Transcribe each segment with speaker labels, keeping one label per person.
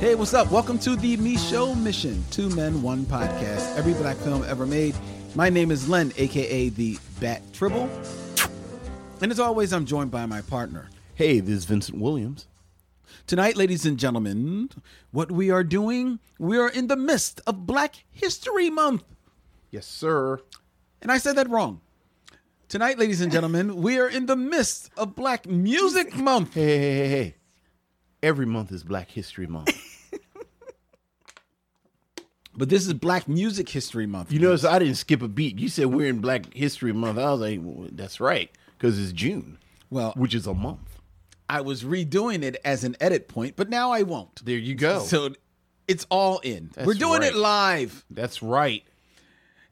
Speaker 1: Hey, what's up? Welcome to the Michaud Mission, Two Men, One Podcast, every black film ever made. My name is Len, aka the Bat Tribble. And as always, I'm joined by my partner.
Speaker 2: Hey, this is Vincent Williams.
Speaker 1: Tonight, ladies and gentlemen, what we are doing, we are in the midst of Black History Month.
Speaker 2: Yes, sir.
Speaker 1: And I said that wrong. Tonight, ladies and gentlemen, we are in the midst of Black Music Month.
Speaker 2: Hey, hey, hey, hey. Every month is Black History Month.
Speaker 1: But this is Black Music History Month.
Speaker 2: You notice I didn't skip a beat. You said we're in Black History Month. I was like, well, that's right, because it's June, uh,
Speaker 1: well,
Speaker 2: which is a month.
Speaker 1: I was redoing it as an edit point, but now I won't.
Speaker 2: There you go.
Speaker 1: So it's all in.
Speaker 2: Oh. That's
Speaker 1: We're doing
Speaker 2: right.
Speaker 1: it live.
Speaker 2: that's right.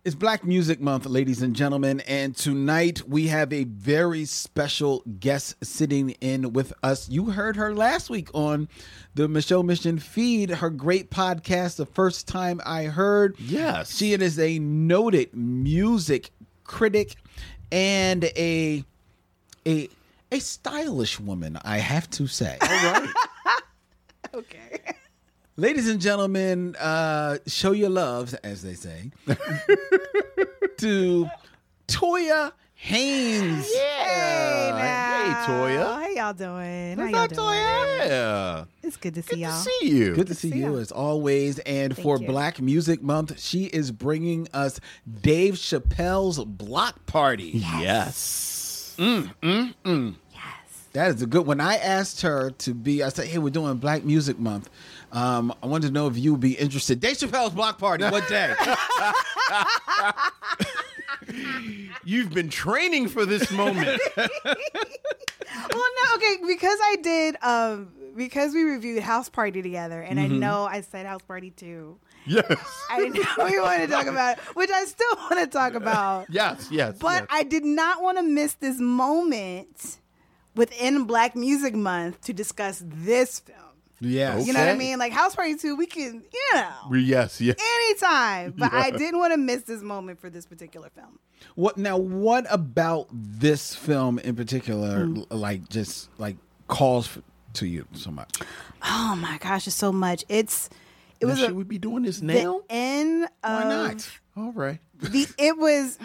Speaker 1: It's Black Music Month, ladies and gentlemen, and tonight we have a very special guest sitting in with us. You heard her last week on the Michelle Mission feed, her great podcast, The First Time I Heard.
Speaker 2: Yes.
Speaker 1: She is a noted music critic and a a a stylish woman, I have to say.
Speaker 2: All right.
Speaker 3: Okay.
Speaker 1: Ladies and gentlemen, uh, show your love, as they say, to Toya Haynes.
Speaker 2: yeah. Hey, Toya.
Speaker 3: How y'all doing? How
Speaker 2: What's
Speaker 3: y'all
Speaker 2: up,
Speaker 3: doing?
Speaker 2: Toya? Yeah.
Speaker 3: It's good to see
Speaker 2: Good
Speaker 3: y'all.
Speaker 2: to see you.
Speaker 1: Good to see you
Speaker 3: ya.
Speaker 1: as always. And for
Speaker 3: you.
Speaker 1: Black Music Month, she is bringing us Dave Chappelle's block party.
Speaker 2: Yes.
Speaker 1: That is a good. When I asked her to be, I said, "Hey, we're doing Black Music Month. Um, I wanted to know if you'd be interested." Dave Chappelle's block party. What day?
Speaker 2: You've been training for this moment.
Speaker 3: Well, no, okay, because I did, um, because we reviewed House Party together, and I know I said House Party too.
Speaker 2: yes.
Speaker 3: I know we want to talk about, it, which I still want to talk about.
Speaker 2: Yes, yes.
Speaker 3: But
Speaker 2: yes.
Speaker 3: I did not want to miss this moment within Black Music Month to discuss this film.
Speaker 1: yes.
Speaker 3: You know what I
Speaker 2: Okay.
Speaker 3: mean? Like House Party 2, we can, you know,
Speaker 2: We- yes, yes.
Speaker 3: anytime. But I didn't want to miss this moment for this particular film.
Speaker 1: What now? What about this film in particular? l- Like just like calls f to you so much.
Speaker 3: Oh my gosh, it's so much. It's it was
Speaker 2: Now,
Speaker 3: a,
Speaker 2: should we be doing this
Speaker 3: the
Speaker 2: now?
Speaker 3: end of
Speaker 1: Why not?
Speaker 2: All right.
Speaker 3: the it was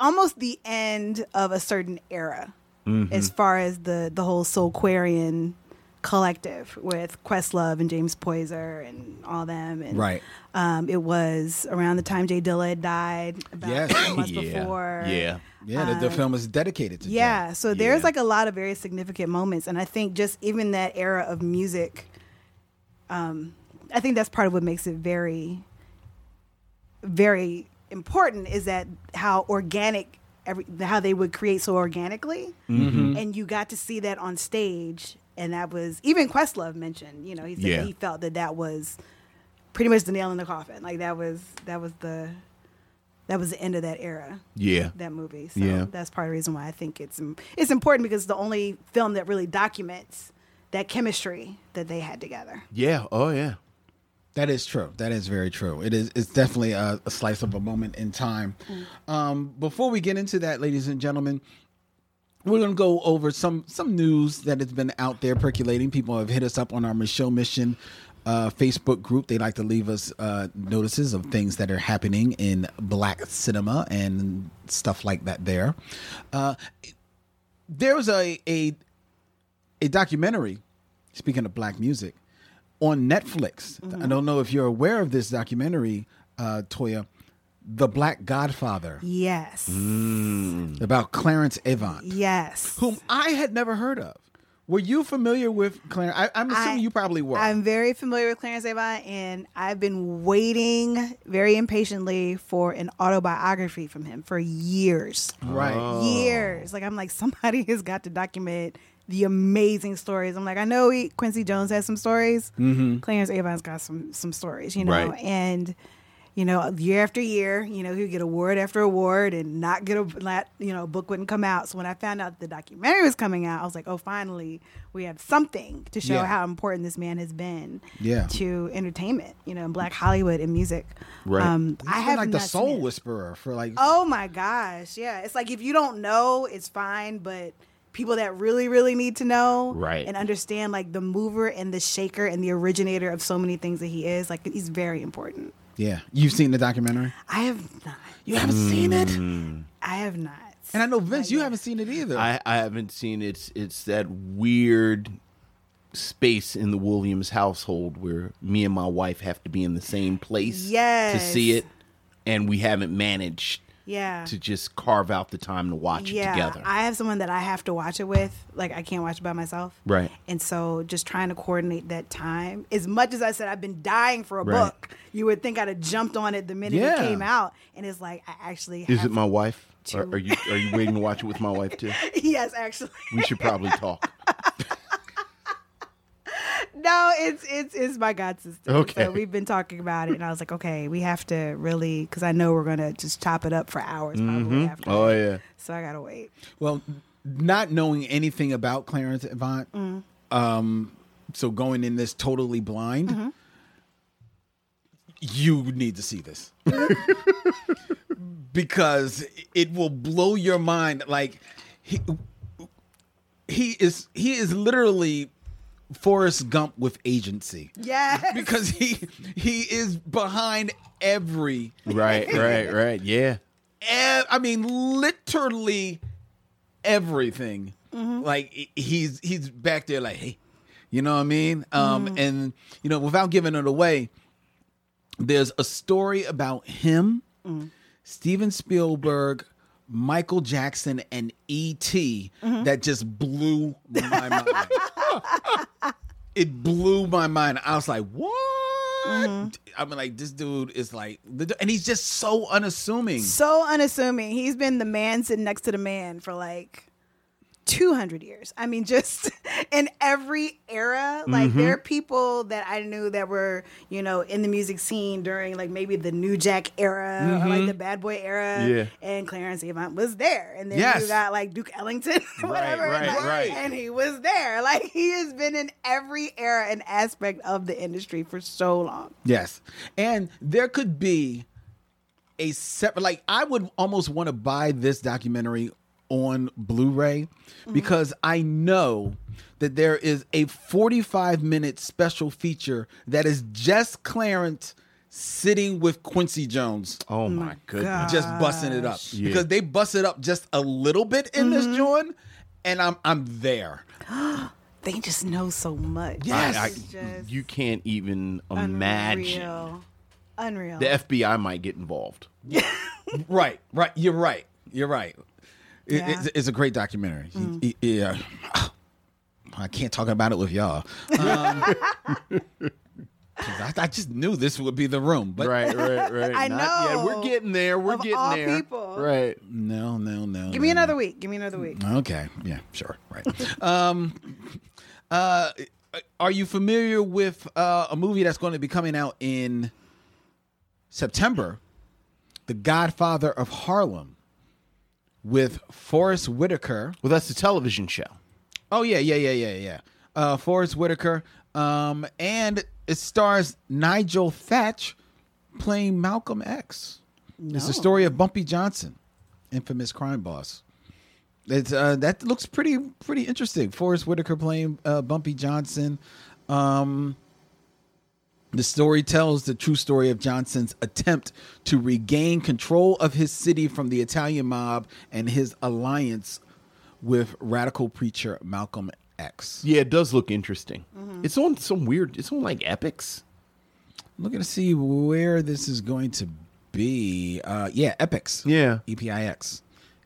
Speaker 3: almost the end of a certain era as far as the the whole Soulquarian collective with Questlove and James Poyser and all them and
Speaker 1: Right.
Speaker 3: um, it was around the time Jay Dilla had died about
Speaker 1: Yes.
Speaker 3: yes. months before
Speaker 2: Yeah.
Speaker 1: Yeah, the, the film is dedicated to. Jay.
Speaker 3: Yeah, so there's
Speaker 2: Yeah.
Speaker 3: like a lot of very significant moments, and I think just even that era of music, um, I think that's part of what makes it very, very important is that how organic every how they would create so organically,
Speaker 2: Mm-hmm.
Speaker 3: and you got to see that on stage, and that was even Questlove mentioned. You know, he said
Speaker 2: Yeah.
Speaker 3: that he felt that that was pretty much the nail in the coffin. Like that was that was the that was the end of that era
Speaker 2: Yeah.
Speaker 3: that movie. So
Speaker 2: Yeah.
Speaker 3: that's part of the reason why I think it's it's important because it's the only film that really documents that chemistry that they had together.
Speaker 2: Yeah. Oh, yeah.
Speaker 1: that is true. That is very true. It is. It's definitely a, a slice of a moment in time. Um, before we get into that, ladies and gentlemen, we're going to go over some some news that has been out there percolating. People have hit us up on our Michelle Mission uh, Facebook group. They like to leave us uh, notices of things that are happening in Black cinema and stuff like that. There, uh, there was a a a documentary. Speaking of Black music, on Netflix. I don't know if you're aware of this documentary, uh, Toya, The Black Godfather,
Speaker 3: Yes.
Speaker 2: Mm.
Speaker 1: about Clarence Avant
Speaker 3: Yes.
Speaker 1: whom I had never heard of. Were you familiar with Clarence? I, I'm assuming
Speaker 3: I-
Speaker 1: you probably were.
Speaker 3: I'm very familiar with Clarence Avon and I've been waiting very impatiently for an autobiography from him for years.
Speaker 1: right.
Speaker 3: Oh. years. Like I'm like somebody has got to document the amazing stories. I'm like I know he, Quincy Jones has some stories.
Speaker 1: Mm-hmm.
Speaker 3: Clarence Avon's got some some stories, you know.
Speaker 2: Right.
Speaker 3: And you know, year after year, you know, he would get award after award and not get a not- you know, a book wouldn't come out. So when I found out the documentary was coming out, I was like, "Oh, finally, we have something to show
Speaker 1: Yeah.
Speaker 3: how important this man has been
Speaker 1: Yeah.
Speaker 3: to entertainment, you know, in black Hollywood and music." Um,
Speaker 2: Right.
Speaker 1: He's
Speaker 3: I
Speaker 1: been
Speaker 3: have
Speaker 1: like the
Speaker 3: not seen
Speaker 1: soul
Speaker 3: it.
Speaker 1: whisperer for like.
Speaker 3: Oh my gosh. Yeah. It's like if you don't know, it's fine, but people that really, really need to know
Speaker 2: Right.
Speaker 3: and understand like the mover and the shaker and the originator of so many things that he is. Like he's very important.
Speaker 1: Yeah, you've seen the documentary.
Speaker 3: I have not. Mm.
Speaker 1: You haven't seen it, and
Speaker 3: I have not.
Speaker 1: I know Vince,
Speaker 3: Mm.
Speaker 1: you haven't seen it either.
Speaker 2: I, I haven't seen it's it's that weird space in the Williams household where me and my wife have to be in the same place to
Speaker 3: Yes.
Speaker 2: see it, and we haven't managed
Speaker 3: yeah.
Speaker 2: to just carve out the time to watch it together.
Speaker 3: I have someone that I have to watch it with. Like I can't watch it by myself.
Speaker 2: Right.
Speaker 3: And so just trying to coordinate that time. As much as I said I've been dying for a
Speaker 2: Right.
Speaker 3: book, you would think I'd have jumped on it the minute
Speaker 1: Yeah.
Speaker 3: it came out. And it's like I actually
Speaker 2: Is
Speaker 3: have
Speaker 2: it my wife?
Speaker 3: to-
Speaker 2: Are, are you are you waiting to watch it with my wife too?
Speaker 3: Yes, actually.
Speaker 2: We should probably talk.
Speaker 3: No, it's it's it's my god sister.
Speaker 2: Okay.
Speaker 3: So we've been talking about it and I was like, okay, we have to really cuz I know we're going to just chop it up for hours probably after.
Speaker 2: Oh yeah.
Speaker 3: So I got to wait.
Speaker 1: Well, not knowing anything about Clarence Avant, um, so going in this totally blind, you need to see this because it will blow your mind. Like he, he is, he is literally Forrest Gump with agency.
Speaker 3: Yes.
Speaker 1: Because he he is behind every
Speaker 2: Right, right, right. Yeah.
Speaker 1: ev- I mean, literally everything. Like he- he's he's back there, like hey, you know what I mean? Um, and you know, without giving it away, there's a story about him, Steven Spielberg. Michael Jackson and E.T. that just blew my mind. it blew my mind. I was like, "What?" I mean, like this dude is like, and he's just so unassuming.
Speaker 3: so unassuming. He's been the man sitting next to the man for like 200 years. I mean, just in every era, like
Speaker 2: Mm-hmm.
Speaker 3: there are people that I knew that were, you know, in the music scene during like maybe the New Jack era or like the Bad Boy era.
Speaker 2: Mm-hmm. Yeah.
Speaker 3: And Clarence Avant was there. And then
Speaker 1: Yes.
Speaker 3: you got like Duke Ellington, whatever.
Speaker 2: right,
Speaker 3: and,
Speaker 2: right.
Speaker 3: and he was there. Like he has been in every era and aspect of the industry for so long.
Speaker 1: Yes. And there could be a separate like I would almost want to buy this documentary on Blu-ray because I know that there is a 45 minute special feature that is just Clarence sitting with Quincy Jones
Speaker 2: Oh my goodness.
Speaker 1: just busting it up because they bust it up just a little bit in this joint and I'm I'm there.
Speaker 3: They just know so much.
Speaker 1: Yes.
Speaker 2: I,
Speaker 3: It's
Speaker 2: I,
Speaker 3: just-
Speaker 2: you can't even imagine.
Speaker 3: Unreal. Unreal.
Speaker 2: The FBI might get involved.
Speaker 1: Right, right. You're right. You're right. It,
Speaker 3: Yeah. Mm.
Speaker 1: it's, it's a great documentary. Y- y- yeah. uh, I can't talk about it with y'all. Um, 'cause I, I just knew this would be the room, but
Speaker 2: Right, right, right.
Speaker 3: I
Speaker 2: Yeah,
Speaker 3: know.
Speaker 2: we're getting there. We're
Speaker 3: Of
Speaker 2: getting
Speaker 3: all
Speaker 2: there.
Speaker 3: people.
Speaker 2: Right.
Speaker 1: no, no, no.
Speaker 3: Give me
Speaker 1: no,
Speaker 3: another week. Give me another week.
Speaker 1: no. Okay. Yeah. Sure. Right. um, uh, are you familiar with uh, a movie that's going to be coming out in September? The Godfather of Harlem with Forrest Whitaker.
Speaker 2: Well, that's the television show.
Speaker 1: Oh yeah, yeah, yeah, yeah, yeah. Uh, Forrest Whitaker, um, and it stars Nigel Thatch playing Malcolm X. It's the story of Bumpy Johnson, infamous crime boss. It's uh, that looks pretty pretty interesting. Forrest Whitaker playing uh, Bumpy Johnson. Um, the story tells the true story of Johnson's attempt to regain control of his city from the Italian mob and his alliance with radical preacher Malcolm X.
Speaker 2: Yeah, it does look interesting.
Speaker 3: Mm-hmm.
Speaker 2: It's on some weird. It's on like Epics.
Speaker 1: Looking to see where this is going to be. Uh, yeah, E Epics.
Speaker 2: Yeah.
Speaker 1: EPIX.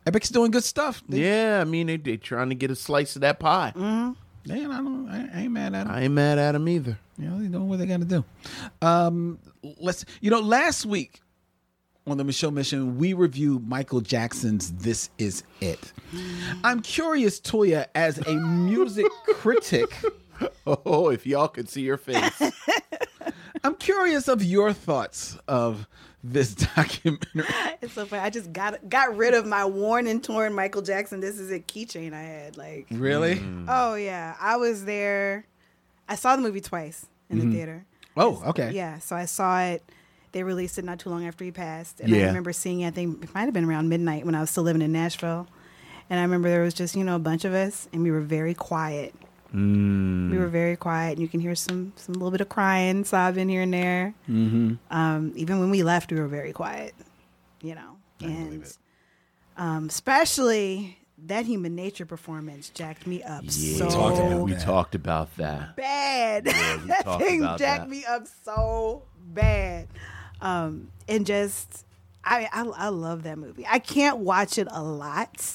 Speaker 1: Epics doing good stuff. They-
Speaker 2: Yeah, I mean they they trying to get a slice of that pie.
Speaker 3: Mm-hmm.
Speaker 1: Man, I don't. I, I ain't mad at them.
Speaker 2: I ain't mad at them either.
Speaker 1: You know, they doing what they got to do. Um, let's. You know, last week on the Michelle Mission, we reviewed Michael Jackson's "This Is It." I'm curious, Toya, as a music critic,
Speaker 2: Oh, if y'all could see your face.
Speaker 1: I'm curious of your thoughts of this documentary.
Speaker 3: It's so funny. I just got got rid of my worn and torn Michael Jackson. This is a keychain I had. Like,
Speaker 1: Really?
Speaker 3: oh yeah, I was there. I saw the movie twice in
Speaker 2: Mm-hmm.
Speaker 3: the theater.
Speaker 1: Oh, okay.
Speaker 3: Yeah, so I saw it. They released it not too long after he passed, and I
Speaker 2: Yeah.
Speaker 3: remember seeing it. I think it might have been around midnight when I was still living in Nashville, And I remember there was just, you know, a bunch of us and we were very quiet.
Speaker 2: Mm.
Speaker 3: We were very quiet and you can hear some some little bit of crying, sobbing here and there.
Speaker 1: Mm-hmm.
Speaker 3: Um, even when we left, we were very quiet, you know. and Um, especially that human nature performance jacked me up
Speaker 2: Yeah,
Speaker 3: so
Speaker 1: Talked about
Speaker 2: we
Speaker 1: that.
Speaker 2: talked about that.
Speaker 3: bad.
Speaker 2: Yeah, we
Speaker 3: that
Speaker 2: talked
Speaker 3: thing
Speaker 2: about
Speaker 3: jacked
Speaker 2: that.
Speaker 3: me up so bad. Um, and just, I, I, I love that movie. I can't watch it a lot.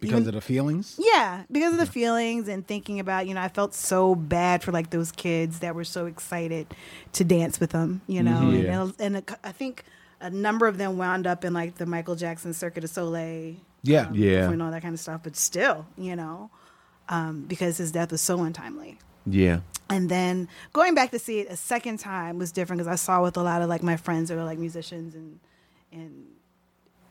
Speaker 1: Because of the feelings.
Speaker 3: Yeah, because of the feelings and thinking about, you know, I felt so bad for like those kids that were so excited to dance with them, you know.
Speaker 2: Mhm.
Speaker 3: And
Speaker 2: Yeah.
Speaker 3: it'll- And, a cou- I think a number of them wound up in like the Michael Jackson Circuit du Soleil
Speaker 1: Yeah.
Speaker 2: Yeah.
Speaker 3: and all that kind of stuff, but still, you know, um, because his death was so untimely.
Speaker 2: Yeah.
Speaker 3: And then going back to see it a second time was different because I saw with a lot of like my friends that were like musicians and and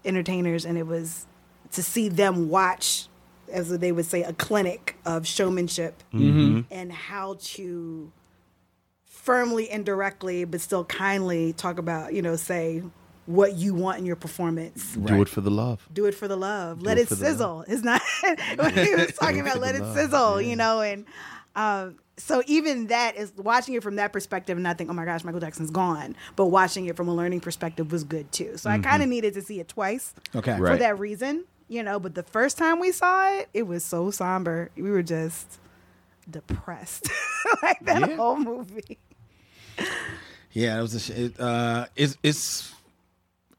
Speaker 3: entertainers, and it was to see them watch, as they would say, a clinic of showmanship and how to firmly and directly, but still kindly talk about you know say what you want in your performance.
Speaker 2: Do it for the love.
Speaker 3: Do it for the love. let
Speaker 2: it
Speaker 3: it
Speaker 2: for the love.
Speaker 3: sizzle. It's not when he was talking about let it sizzle, you know, and um, so even that is watching it from that perspective and not think, oh my gosh, Michael Jackson's gone, but watching it from a learning perspective was good too. So I kind of needed to see it twice
Speaker 1: Okay.
Speaker 2: Mm-hmm. Right.
Speaker 3: for that reason, you know. But the first time we saw it, it was so somber. We were just depressed, like that
Speaker 2: Yeah.
Speaker 3: whole movie.
Speaker 1: Yeah, it was a sh- it, uh, it's it's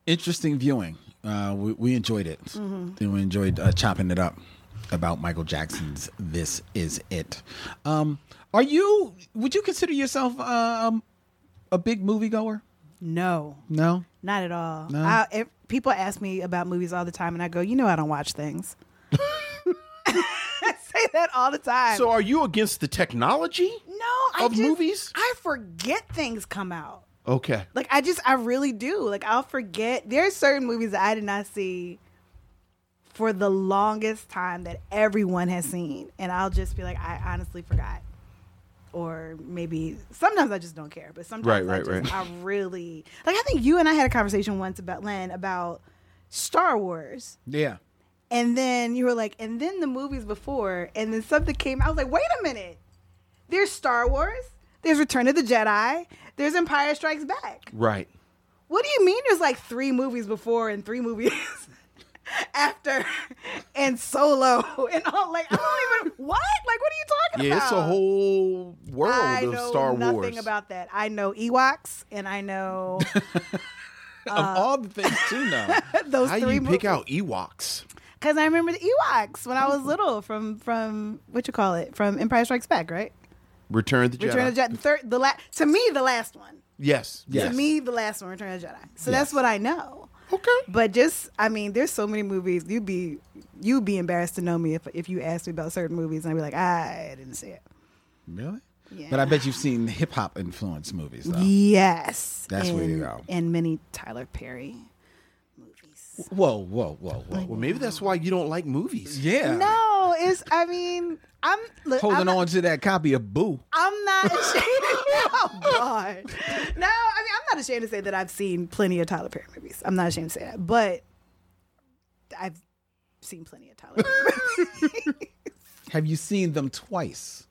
Speaker 1: interesting viewing. Uh, we, we enjoyed it.
Speaker 3: Mm-hmm.
Speaker 1: And We enjoyed uh, chopping it up about Michael Jackson's "This Is It." Um, are you? Would you consider yourself um, a big moviegoer?
Speaker 3: No,
Speaker 1: No.
Speaker 3: Not at all. I, if people ask me about movies all the time, and I go, you know, I don't watch things. I say that all the time.
Speaker 2: So are you against the technology?
Speaker 3: no, I
Speaker 2: of
Speaker 3: just-
Speaker 2: movies?
Speaker 3: I forget things come out.
Speaker 2: Okay.
Speaker 3: Like I just, I really do. Like I'll forget. There are certain movies that I did not see for the longest time that everyone has seen, and I'll just be like, I honestly forgot. Or maybe sometimes I just don't care, but sometimes
Speaker 2: Right,
Speaker 3: I,
Speaker 2: right,
Speaker 3: just-
Speaker 2: right.
Speaker 3: I really like. I think you and I had a conversation once about Len about Star Wars,
Speaker 1: Yeah.
Speaker 3: and then you were like, and then the movies before, and then something came. I was like, wait a minute. There's Star Wars. There's Return of the Jedi. There's Empire Strikes Back.
Speaker 2: Right.
Speaker 3: What do you mean? There's like three movies before and three movies after, and Solo and all. Like I don't even what. Like what are you talking
Speaker 2: Yeah,
Speaker 3: about?
Speaker 2: it's a whole world
Speaker 3: I
Speaker 2: Uh, of
Speaker 3: know
Speaker 2: Star
Speaker 3: nothing
Speaker 2: Wars.
Speaker 3: about that. I know Ewoks and I know
Speaker 1: of all the things to know.
Speaker 3: those
Speaker 2: How
Speaker 3: Uh, three
Speaker 2: you
Speaker 3: movies.
Speaker 2: pick out Ewoks?
Speaker 3: Because I remember the Ewoks when I
Speaker 2: Oh.
Speaker 3: was little from from what you call it from Empire Strikes Back, right?
Speaker 2: Return of the Jedi.
Speaker 3: Return of the Jedi, the third, the last to me the last one.
Speaker 2: Yes.
Speaker 1: Yes.
Speaker 3: To me, the last one, Return of the Jedi. So
Speaker 1: Yes.
Speaker 3: that's what I know.
Speaker 2: Okay.
Speaker 3: But just, I mean, there's so many movies. You'd be you'd be embarrassed to know me if if you asked me about certain movies, and I'd be like, I didn't see it.
Speaker 1: Really?
Speaker 3: Yeah.
Speaker 1: But I bet you've seen hip hop influenced movies though.
Speaker 3: Yes,
Speaker 1: That's where you
Speaker 3: And-
Speaker 1: go.
Speaker 3: And many Tyler Perry movies.
Speaker 1: Whoa, whoa, whoa, whoa.
Speaker 2: Well, maybe that's why you don't like movies.
Speaker 1: Yeah.
Speaker 3: No, it's. I mean, I'm look,
Speaker 1: Holding
Speaker 3: I'm,
Speaker 1: on to that copy of Boo.
Speaker 3: I'm not ashamed. oh God, no. I mean, I'm not ashamed to say that I've seen plenty of Tyler Perry movies. I'm not ashamed to say that, but I've seen plenty of Tyler Perry
Speaker 1: Have you seen them twice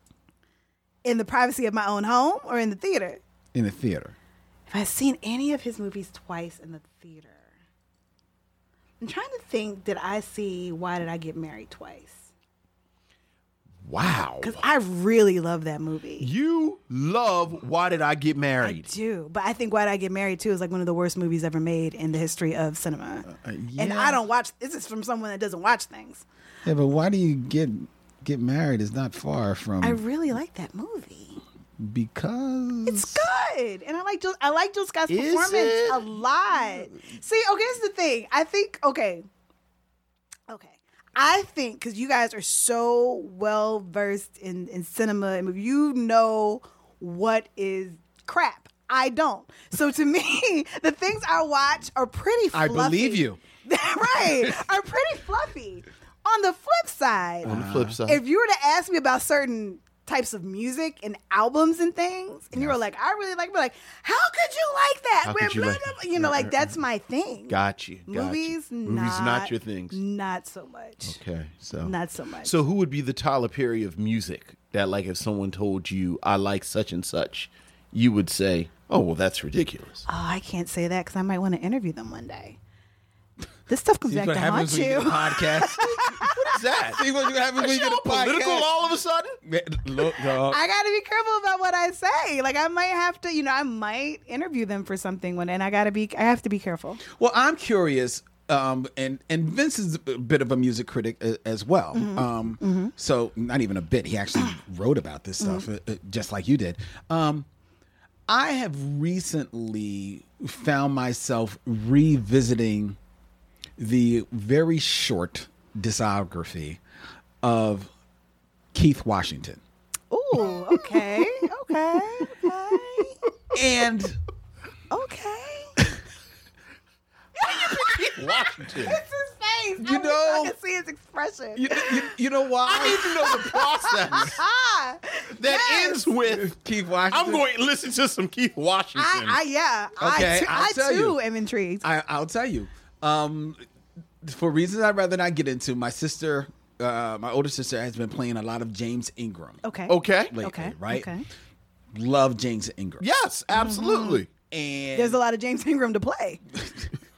Speaker 3: in the privacy of my own home or in the theater.
Speaker 1: in the theater?
Speaker 3: Have I seen any of his movies twice in the theater? I'm trying to think. Did I see Why Did I Get Married twice?
Speaker 2: Oh, Wow.
Speaker 3: Because I really love that movie.
Speaker 2: You love Why Did I Get
Speaker 3: I
Speaker 2: Married?
Speaker 3: do, but I think Why Did I Get Married too is like one of the worst movies ever made in the history of cinema. And
Speaker 1: yeah.
Speaker 3: I don't watch. This is from someone that doesn't watch things.
Speaker 1: Yeah, but why do you get get married is not far from
Speaker 3: I really like that movie.
Speaker 1: because
Speaker 3: It's good, and I like Jill, I like Jill Scott's
Speaker 2: Is
Speaker 3: performance
Speaker 2: it? Mm.
Speaker 3: a lot. See, okay, here's the thing. I think okay, okay. I think because you guys are so well versed in in cinema, and you know what is crap. I don't. So to me, the things I watch are pretty.
Speaker 1: I
Speaker 3: Fluffy.
Speaker 1: believe you.
Speaker 3: right? Are pretty fluffy. On the flip side,
Speaker 2: On the flip side.
Speaker 3: if you were to ask me about certain types of music and albums and things, and you were like, I really like. We're like, how could you like that?
Speaker 2: How
Speaker 3: We're
Speaker 2: could you
Speaker 3: blah,
Speaker 2: like-
Speaker 3: blah, blah," you know,
Speaker 2: Right,
Speaker 3: like
Speaker 2: right,
Speaker 3: that's my thing.
Speaker 2: Got you. got you.
Speaker 3: movies, not,
Speaker 2: movies, not your things.
Speaker 3: Not so much.
Speaker 2: Okay, so
Speaker 3: Not so much.
Speaker 2: So who would be the Tyler Perry of music? That like if someone told you I like such and such, you would say, "Oh well, that's ridiculous."
Speaker 3: Oh, I can't say that because I might want to interview them one day. This stuff comes
Speaker 1: See
Speaker 3: back
Speaker 1: what
Speaker 3: to haunt
Speaker 1: happens when you
Speaker 3: you.
Speaker 1: get a podcast.
Speaker 2: What is that?
Speaker 1: See what happens when you get
Speaker 2: Y'all
Speaker 1: a podcast.
Speaker 2: political all of a sudden?
Speaker 1: Man, Look, dog.
Speaker 3: I gotta be careful about what I say. Like I might have to, you know, I might interview them for something one day, and I gotta be, I have to be careful.
Speaker 1: Well, I'm curious, um, and and Vince is a bit of a music critic a- as well.
Speaker 2: Mm-hmm.
Speaker 1: Um, So not even a bit. He actually wrote about this stuff,
Speaker 2: Mm-hmm.
Speaker 1: uh, uh, just like you did. Um, I have recently found myself revisiting the very short discography of Keith Washington.
Speaker 3: Ooh, okay, okay, okay,
Speaker 1: And
Speaker 3: okay.
Speaker 2: Washington.
Speaker 3: It's his face.
Speaker 1: You
Speaker 3: I wish I
Speaker 1: know-
Speaker 3: could see his expression.
Speaker 1: you, you, you know why?
Speaker 2: I need to know the process
Speaker 3: ah,
Speaker 2: that
Speaker 3: Yes.
Speaker 2: ends with
Speaker 1: Keith Washington.
Speaker 2: I'm going to listen to some Keith Washington.
Speaker 3: I, I, yeah,
Speaker 1: Okay, I'll
Speaker 3: I, too,
Speaker 1: tell
Speaker 3: I too
Speaker 1: you.
Speaker 3: am intrigued.
Speaker 1: I, I'll tell you. Um, for reasons I'd rather not get into, my sister, uh, my older sister, has been playing a lot of James Ingram.
Speaker 3: okay,
Speaker 2: okay.
Speaker 1: Lately,
Speaker 3: okay,
Speaker 1: Right?
Speaker 3: okay.
Speaker 1: Love James Ingram.
Speaker 2: Yes,
Speaker 1: Mm-hmm.
Speaker 2: absolutely.
Speaker 1: And
Speaker 3: There's a lot of James Ingram to play,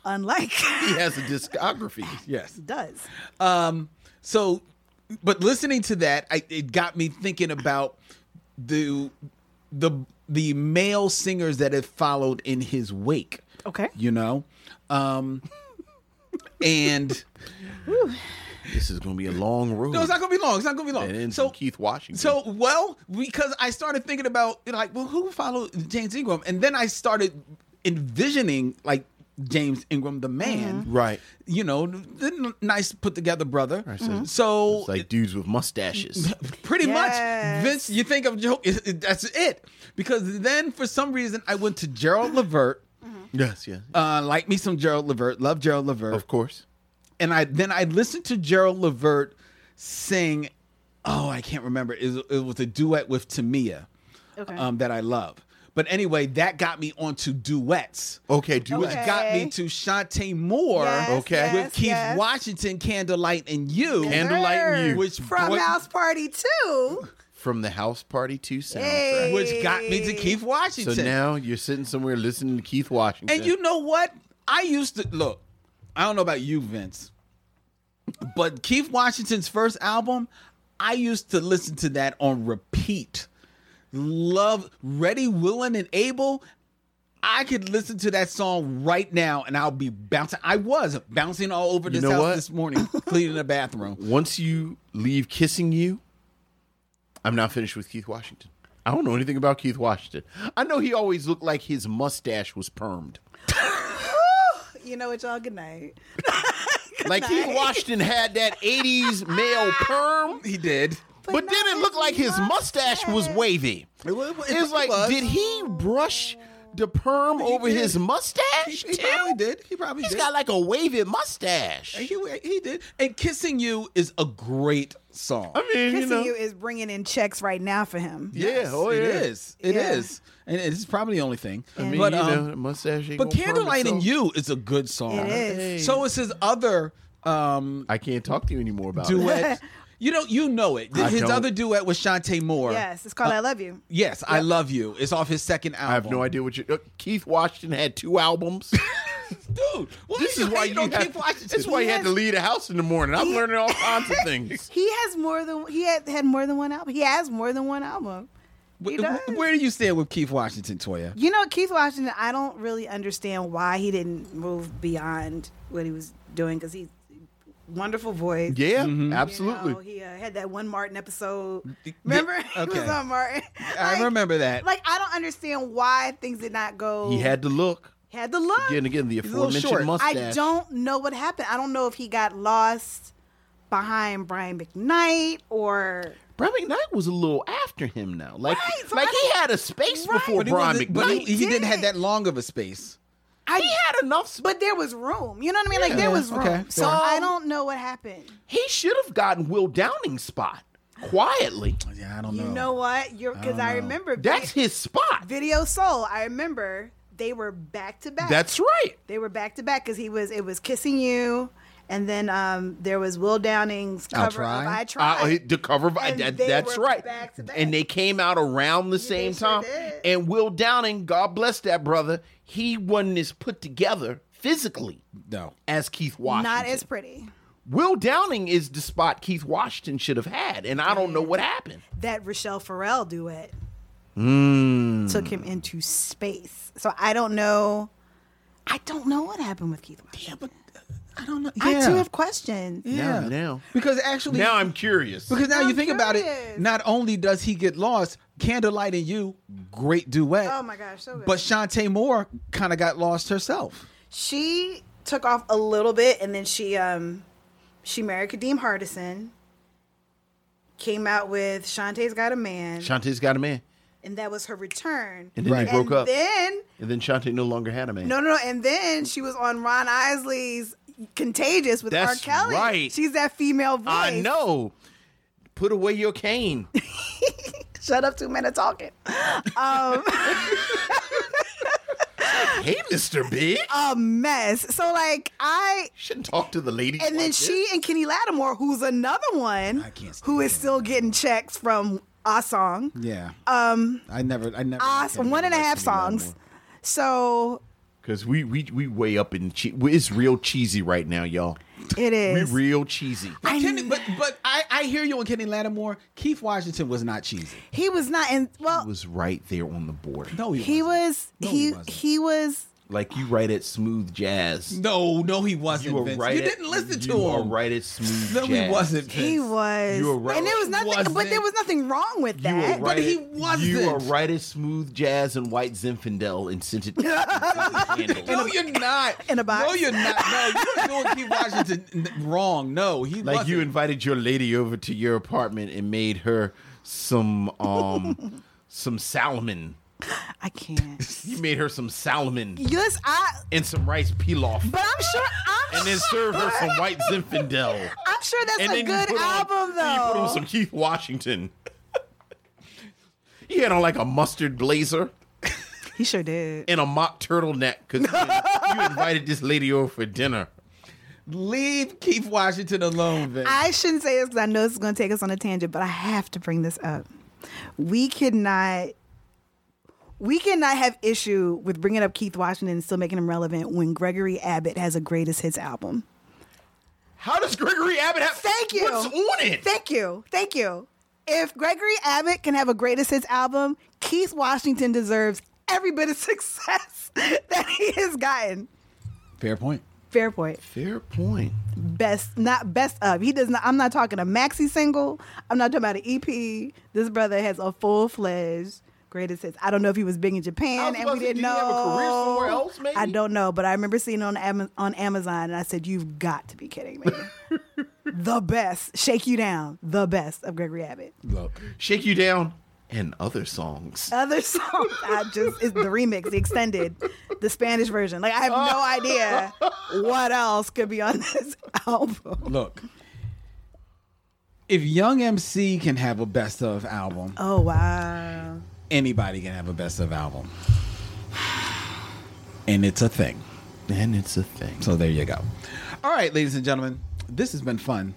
Speaker 3: unlike
Speaker 2: He has a discography.
Speaker 1: yes.
Speaker 3: does.
Speaker 1: Um, so, but listening to that, I, it got me thinking about the the the male singers that have followed in his wake.
Speaker 3: Okay.
Speaker 1: You know, um, and
Speaker 2: This is going to be a long road.
Speaker 1: no, it's not gonna be long. It's not gonna be long.
Speaker 2: It ends
Speaker 1: so
Speaker 2: with Keith Washington.
Speaker 1: So well, because I started thinking about you know, like, well, who followed James Ingram, and then I started envisioning like James Ingram, the man,
Speaker 2: right.
Speaker 1: You know, the n- nice put together brother.
Speaker 2: so-
Speaker 1: So,
Speaker 2: It's like dudes with mustaches.
Speaker 1: pretty
Speaker 3: Yes.
Speaker 1: much, Vince, you think of Joe. it- it- That's it. Because then, for some reason, I went to Gerald Levert.
Speaker 2: yes, yeah.
Speaker 1: Uh, like me some Gerald Levert. Love Gerald Levert.
Speaker 2: of course.
Speaker 1: and I then I listened to Gerald Levert sing. Oh, I can't remember. It was, it was a duet with Tamia,
Speaker 3: Okay.
Speaker 1: um, that I love. But anyway, that got me onto duets,
Speaker 2: Okay, do
Speaker 1: which
Speaker 3: Okay.
Speaker 1: got me to Shantae Moore,
Speaker 3: Yes,
Speaker 2: okay.
Speaker 1: with
Speaker 3: yes,
Speaker 1: Keith
Speaker 3: yes.
Speaker 1: Washington, Candlelight, and you.
Speaker 2: Candle- Candlelight and
Speaker 3: Sir.
Speaker 2: You.
Speaker 1: Which
Speaker 3: from
Speaker 1: boy-
Speaker 3: House Party Two.
Speaker 2: From the House Party 2 soundtrack.
Speaker 3: Hey.
Speaker 1: which got me to Keith
Speaker 2: So
Speaker 1: Washington.
Speaker 2: now you're sitting somewhere listening to Keith Washington.
Speaker 1: And you know what? I used to look. I don't know about you, Vince, but Keith Washington's first album, I used to listen to that on repeat. Love, ready, willing, and able. I could listen to that song right now, and I'll be bouncing. I was bouncing all over this
Speaker 2: know
Speaker 1: house
Speaker 2: what?
Speaker 1: this morning, cleaning the bathroom.
Speaker 2: once you leave kissing you, I'm not finished with Keith Washington. I don't know anything about Keith Washington. I know he always looked like his mustache was permed.
Speaker 3: You know what, y'all? Good night.
Speaker 2: Like Keith Washington had that 80s male perm,
Speaker 1: He did.
Speaker 2: but, then it looked like his mustache was wavy.
Speaker 1: It wa- it
Speaker 2: It's like,
Speaker 1: was.
Speaker 2: did he brush the perm over
Speaker 1: did.
Speaker 2: his
Speaker 1: He,
Speaker 2: mustache?
Speaker 1: he
Speaker 2: too?
Speaker 1: probably did. He probably
Speaker 2: He's
Speaker 1: did.
Speaker 2: got like a wavy mustache.
Speaker 1: he, he did. And "Kissing You" is a great song.
Speaker 2: I mean,
Speaker 3: Kissing you,
Speaker 2: you know.
Speaker 3: is bringing in checks right now for him.
Speaker 2: Yeah,
Speaker 1: Yes,
Speaker 2: oh
Speaker 1: it
Speaker 2: yeah.
Speaker 1: is. It is,
Speaker 3: Yeah.
Speaker 1: and it's probably the only thing.
Speaker 2: I mean,
Speaker 1: but
Speaker 2: you
Speaker 1: um,
Speaker 2: know, mustache. ain't
Speaker 1: but
Speaker 2: gonna perm
Speaker 1: Candlelight and
Speaker 2: itself.
Speaker 1: You is a good song.
Speaker 3: It is.
Speaker 1: So is his other um,
Speaker 2: I can't talk to you anymore about it.
Speaker 1: duet. you know, you know it.
Speaker 2: I
Speaker 1: His
Speaker 2: don't.
Speaker 1: other duet with Shantae Moore.
Speaker 3: Yes, it's
Speaker 1: Uh,
Speaker 3: called "I Love You."
Speaker 1: Yes, I love you. It's off his second album.
Speaker 2: I have no idea what you. Uh, Keith Washington had two albums.
Speaker 1: dude. Why
Speaker 2: this
Speaker 1: do
Speaker 2: is why
Speaker 1: hate
Speaker 2: you
Speaker 1: on
Speaker 2: have,
Speaker 1: Keith Washington?
Speaker 2: This is why you had to leave the house in the morning. I'm learning all kinds of things.
Speaker 3: He has more than he had, had more than one album. He has more than one album. He
Speaker 1: W-
Speaker 3: does.
Speaker 1: w- Where do you stand with Keith Washington, Toya?
Speaker 3: You know, Keith Washington. I don't really understand why he didn't move beyond what he was doing because he wonderful voice.
Speaker 2: Yeah,
Speaker 3: You know, he uh, had that one Martin episode. Remember? he was
Speaker 1: okay.
Speaker 3: on Martin.
Speaker 1: I
Speaker 3: Like-
Speaker 1: remember that.
Speaker 3: Like I don't understand why things did not go.
Speaker 2: He had the look.
Speaker 3: had the look.
Speaker 2: Again, again, the
Speaker 1: a little short.
Speaker 2: aforementioned mustache.
Speaker 3: I don't know what happened. I don't know if he got lost behind Brian McKnight or
Speaker 2: Brian McKnight was a little after him now. Like,
Speaker 3: Right, so
Speaker 2: like
Speaker 3: I
Speaker 2: he
Speaker 3: don't-
Speaker 2: had a space
Speaker 3: Right.
Speaker 2: before
Speaker 1: But he,
Speaker 2: Brian
Speaker 1: wasn't- but he,
Speaker 2: McKnight.
Speaker 1: he didn't have that
Speaker 3: did.
Speaker 1: long of a space.
Speaker 3: I
Speaker 2: he had enough. Space.
Speaker 3: but there was room. You know what I mean? Like there was room.
Speaker 1: okay,
Speaker 3: So
Speaker 1: fair.
Speaker 3: I don't know what happened.
Speaker 2: He should have gotten Will Downing's spot. quietly.
Speaker 1: Yeah, I don't
Speaker 3: You
Speaker 1: know.
Speaker 3: know what? You're because I, remember vi-
Speaker 2: That's his spot.
Speaker 3: Video Soul. I remember they were back to back.
Speaker 2: That's right.
Speaker 3: they were back to back because he was it was kissing you, and then um there was Will Downing's
Speaker 1: I'll
Speaker 3: cover of
Speaker 1: Try. oh,
Speaker 3: I Try.
Speaker 2: Uh, the cover of
Speaker 3: And
Speaker 2: that,
Speaker 3: they
Speaker 2: that's
Speaker 3: were
Speaker 2: right.
Speaker 3: back to back.
Speaker 2: And they came out around the same
Speaker 3: sure
Speaker 2: time.
Speaker 3: did.
Speaker 2: And Will Downing, God bless that brother, he wasn't as put together physically
Speaker 1: No.
Speaker 2: as Keith Washington.
Speaker 3: Not as pretty.
Speaker 2: Will Downing is the spot Keith Washington should have had, and I don't know what happened.
Speaker 3: That Rochelle Farrell duet
Speaker 1: Hmm.
Speaker 3: took him into space. So I don't know. I don't know what happened with Keith. Washington.
Speaker 1: Yeah, but uh, I don't know.
Speaker 3: I too
Speaker 1: Yeah.
Speaker 3: have questions.
Speaker 1: Yeah.
Speaker 2: Now- now.
Speaker 1: Because actually,
Speaker 2: Now I'm curious.
Speaker 1: because now
Speaker 3: I'm
Speaker 1: you think about it,
Speaker 3: curious.
Speaker 1: not only does he get lost, Candlelight and You, great duet.
Speaker 3: Oh my gosh, so good.
Speaker 1: But Shantae Moore kind of got lost herself.
Speaker 3: she took off a little bit and then she um she married Kadeem Hardison. Came out with Shantae's Got a Man,
Speaker 2: Shantae's got a man,
Speaker 3: and that was her return.
Speaker 2: and then
Speaker 1: Right.
Speaker 2: they broke
Speaker 3: and
Speaker 2: up,
Speaker 3: then
Speaker 2: and then Shantae no longer had a man.
Speaker 3: no, no, no, and then she was on Ron Isley's Contagious with
Speaker 2: That's
Speaker 3: R. Kelly.
Speaker 2: right.
Speaker 3: She's that female voice.
Speaker 2: I know. Put away your cane.
Speaker 3: Shut up, two minutes talking.
Speaker 2: hey, Mister Big,
Speaker 3: A mess. So like I
Speaker 2: shouldn't talk to the lady.
Speaker 3: and then
Speaker 2: like this.
Speaker 3: she and Kenny Lattimore, who's another one
Speaker 1: I can't
Speaker 3: who
Speaker 1: stand
Speaker 3: is still getting checks from Ah Song.
Speaker 1: Yeah. Um. I never. I never.
Speaker 3: Ah,
Speaker 1: I never
Speaker 3: one and a
Speaker 1: liked
Speaker 3: half
Speaker 1: Kenny Lattimore.
Speaker 3: songs. So
Speaker 2: Cause we we we way up in che- it's real cheesy right now, y'all.
Speaker 3: it
Speaker 2: We
Speaker 3: is.
Speaker 2: real cheesy.
Speaker 3: I-
Speaker 1: Kenny, but but I, I hear you on Kenny Lattimore. Keith Washington was not cheesy.
Speaker 3: he was not in.
Speaker 2: I
Speaker 3: Well,
Speaker 2: was right there on the board,
Speaker 1: No, he,
Speaker 3: he
Speaker 1: wasn't.
Speaker 3: was.
Speaker 1: No, he
Speaker 3: he
Speaker 1: wasn't.
Speaker 3: he was.
Speaker 2: like you right at smooth jazz.
Speaker 1: No, no, he wasn't.
Speaker 2: You were
Speaker 1: Vince.
Speaker 2: right.
Speaker 1: You
Speaker 2: at-
Speaker 1: didn't listen to
Speaker 2: you
Speaker 1: him.
Speaker 2: are right at smooth.
Speaker 1: No,
Speaker 2: jazz.
Speaker 1: he wasn't.
Speaker 3: He
Speaker 1: Vince.
Speaker 3: was.
Speaker 2: You were right.
Speaker 3: And there was
Speaker 1: He
Speaker 3: nothing. But
Speaker 1: wasn't.
Speaker 3: there was nothing wrong with
Speaker 2: You were
Speaker 3: that.
Speaker 2: right
Speaker 1: But he
Speaker 2: at- You
Speaker 1: wasn't.
Speaker 2: are right at smooth jazz and white Zinfandel and sent it. handle.
Speaker 1: No, you're not.
Speaker 3: In a box.
Speaker 1: No, you're not. No, you're doing Keith Washington n- wrong. No, he
Speaker 2: Like
Speaker 1: wasn't.
Speaker 2: you invited your lady over to your apartment and made her some um some salmon.
Speaker 3: I can't.
Speaker 2: You made her some salmon
Speaker 3: yes, I.
Speaker 2: and some rice pilaf,
Speaker 3: But I'm sure. I'm,
Speaker 2: and then served her some white Zinfandel.
Speaker 3: I'm sure that's a
Speaker 2: you
Speaker 3: good
Speaker 2: put on-
Speaker 3: album, though.
Speaker 2: You put on some Keith Washington. he had on like a mustard blazer
Speaker 3: he sure did.
Speaker 2: and a mock turtleneck because you, you invited this lady over for dinner.
Speaker 1: Leave Keith Washington alone, Vince.
Speaker 3: I shouldn't say this because I know this is going to take us on a tangent, but I have to bring this up. We could not. We cannot have issue with bringing up Keith Washington and still making him relevant when Gregory Abbott has a greatest hits album.
Speaker 2: How does Gregory Abbott have?
Speaker 3: Thank you.
Speaker 2: What's on it?
Speaker 3: Thank you. Thank you. If Gregory Abbott can have a greatest hits album, Keith Washington deserves every bit of success that he has gotten.
Speaker 1: Fair point.
Speaker 3: Fair point.
Speaker 2: Fair point.
Speaker 3: Best, not best of. He does not. I'm not talking a maxi single. I'm not talking about an EP. This brother has a full fledged greatest hits. I don't know if he was big in
Speaker 2: I
Speaker 3: Japan
Speaker 2: was
Speaker 3: and
Speaker 2: about
Speaker 3: we
Speaker 2: to say,
Speaker 3: didn't
Speaker 2: did
Speaker 3: know.
Speaker 2: he have a career somewhere else, maybe?
Speaker 3: I don't know, but I remember seeing it on Ama- on Amazon and I said, "You've got to be kidding me." the best, shake you down. The best of Gregory Abbott.
Speaker 1: Look,
Speaker 2: Shake you down and other songs.
Speaker 3: other song. I just it's the remix, the extended, the Spanish version. Like I have no idea what else could be on this album.
Speaker 1: look. If Young MC can have a best of album,
Speaker 3: Oh wow.
Speaker 1: anybody can have a best of album, and it's a thing.
Speaker 2: and it's a thing.
Speaker 1: So there you go. All right, ladies and gentlemen, this has been fun.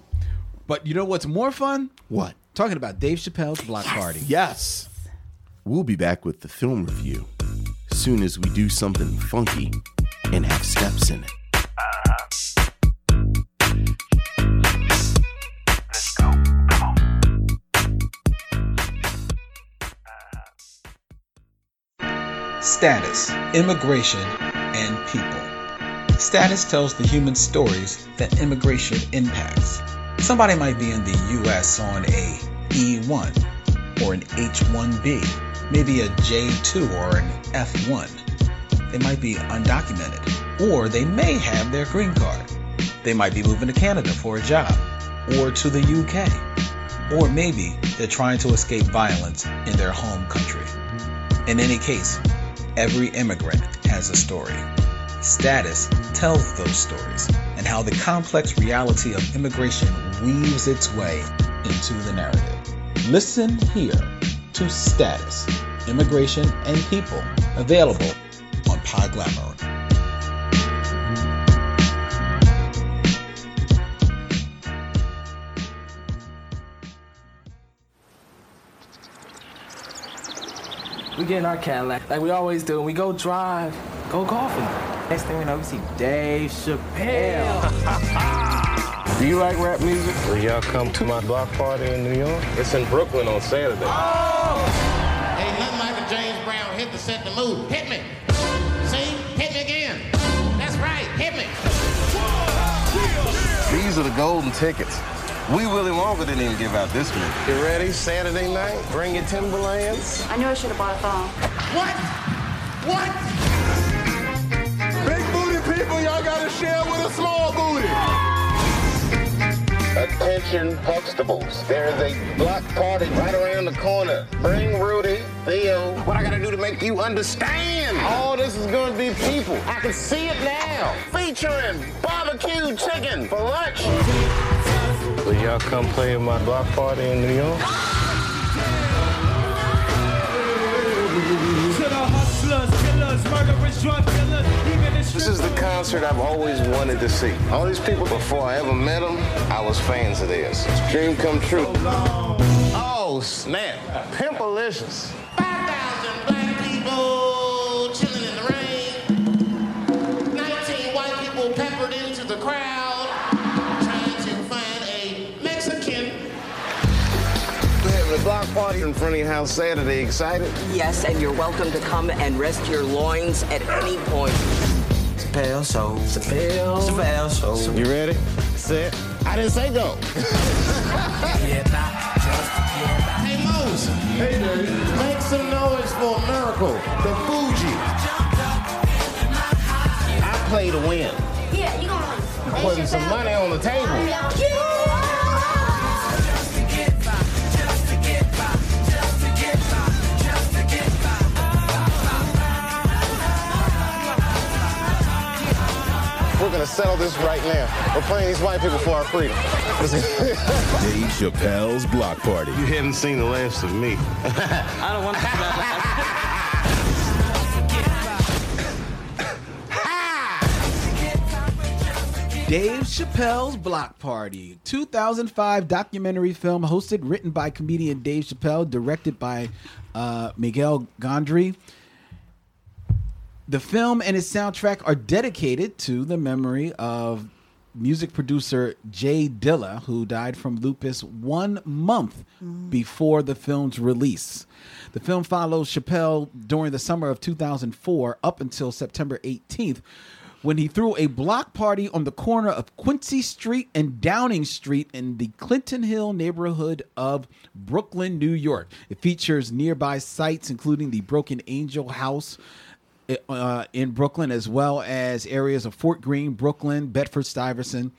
Speaker 1: But you know what's more fun?
Speaker 2: What?
Speaker 1: Talking about Dave Chappelle's Block Party.
Speaker 2: Yes. We'll be back with the film review soon as we do something funky and have steps in it.
Speaker 4: Status, immigration, and people. Status tells the human stories that immigration impacts. Somebody might be in the US on a E1 or an H1B, maybe a J2 or an F1. They might be undocumented, or they may have their green card. They might be moving to Canada for a job, or to the UK, or maybe they're trying to escape violence in their home country. In any case, every immigrant has a story. Status tells those stories and how the complex reality of immigration weaves its way into the narrative. Listen here to Status, Immigration, and People, available on Podglamour.
Speaker 5: We get in our Cadillac like we always do, and we go drive, go golfing. Next thing we know, we see Dave Chappelle. do you like rap music?
Speaker 6: Will y'all come to my block party in New York? It's in Brooklyn on Saturday.
Speaker 7: Ain't nothing like a James Brown hit to set the mood. Hit me. See? Hit me again. That's right. Hit me.
Speaker 6: These are the golden tickets. We Willie Wonka didn't even give out this many. You ready? Saturday night, bring your Timberlands.
Speaker 8: I knew I should have bought a phone.
Speaker 7: What? What?
Speaker 6: Big booty people, y'all gotta share with a small booty. Attention Huxtables. There is a block party right around the corner. Bring Rudy, Theo. What I gotta do to make you understand? All this is gonna be people. I can see it now. Featuring barbecue chicken for lunch. Will y'all come play at my block party in New York? This is the concert I've always wanted to see. All these people, before I ever met them, I was fans of theirs. Dream come true. Oh, snap. Pimpalicious.
Speaker 7: 5,000 black people chilling in the rain. 19 white people peppered into the crowd trying to find a Mexican.
Speaker 6: We're having a block party in front of your house Saturday. Excited?
Speaker 9: Yes, and you're welcome to come and rest your loins at any point.
Speaker 10: Chappelle Show. Chappelle. Chappelle Show.
Speaker 6: You ready? Set? I didn't say go.
Speaker 7: Hey, Mose. Hey, Make some noise for a miracle.
Speaker 6: The Fuji. I play to win.
Speaker 8: Yeah, you gonna
Speaker 6: Putting some money on the table. We're gonna settle this right now. We're playing these white people for our freedom.
Speaker 11: Dave Chappelle's Block Party.
Speaker 6: you haven't seen the last of me.
Speaker 5: I don't want to.
Speaker 1: Dave Chappelle's Block Party, 2005 documentary film hosted, written by comedian Dave Chappelle, directed by uh, Miguel Gondry. The film and its soundtrack are dedicated to the memory of music producer Jay Dilla, who died from lupus one month before the film's release. The film follows Chappelle during the summer of 2004 up until September 18th, when he threw a block party on the corner of Quincy Street and Downing Street in the Clinton Hill neighborhood of Brooklyn, New York. It features nearby sites, including the Broken Angel House uh, in Brooklyn, as well as areas of Fort Greene, Brooklyn, Bedford Stuyvesant.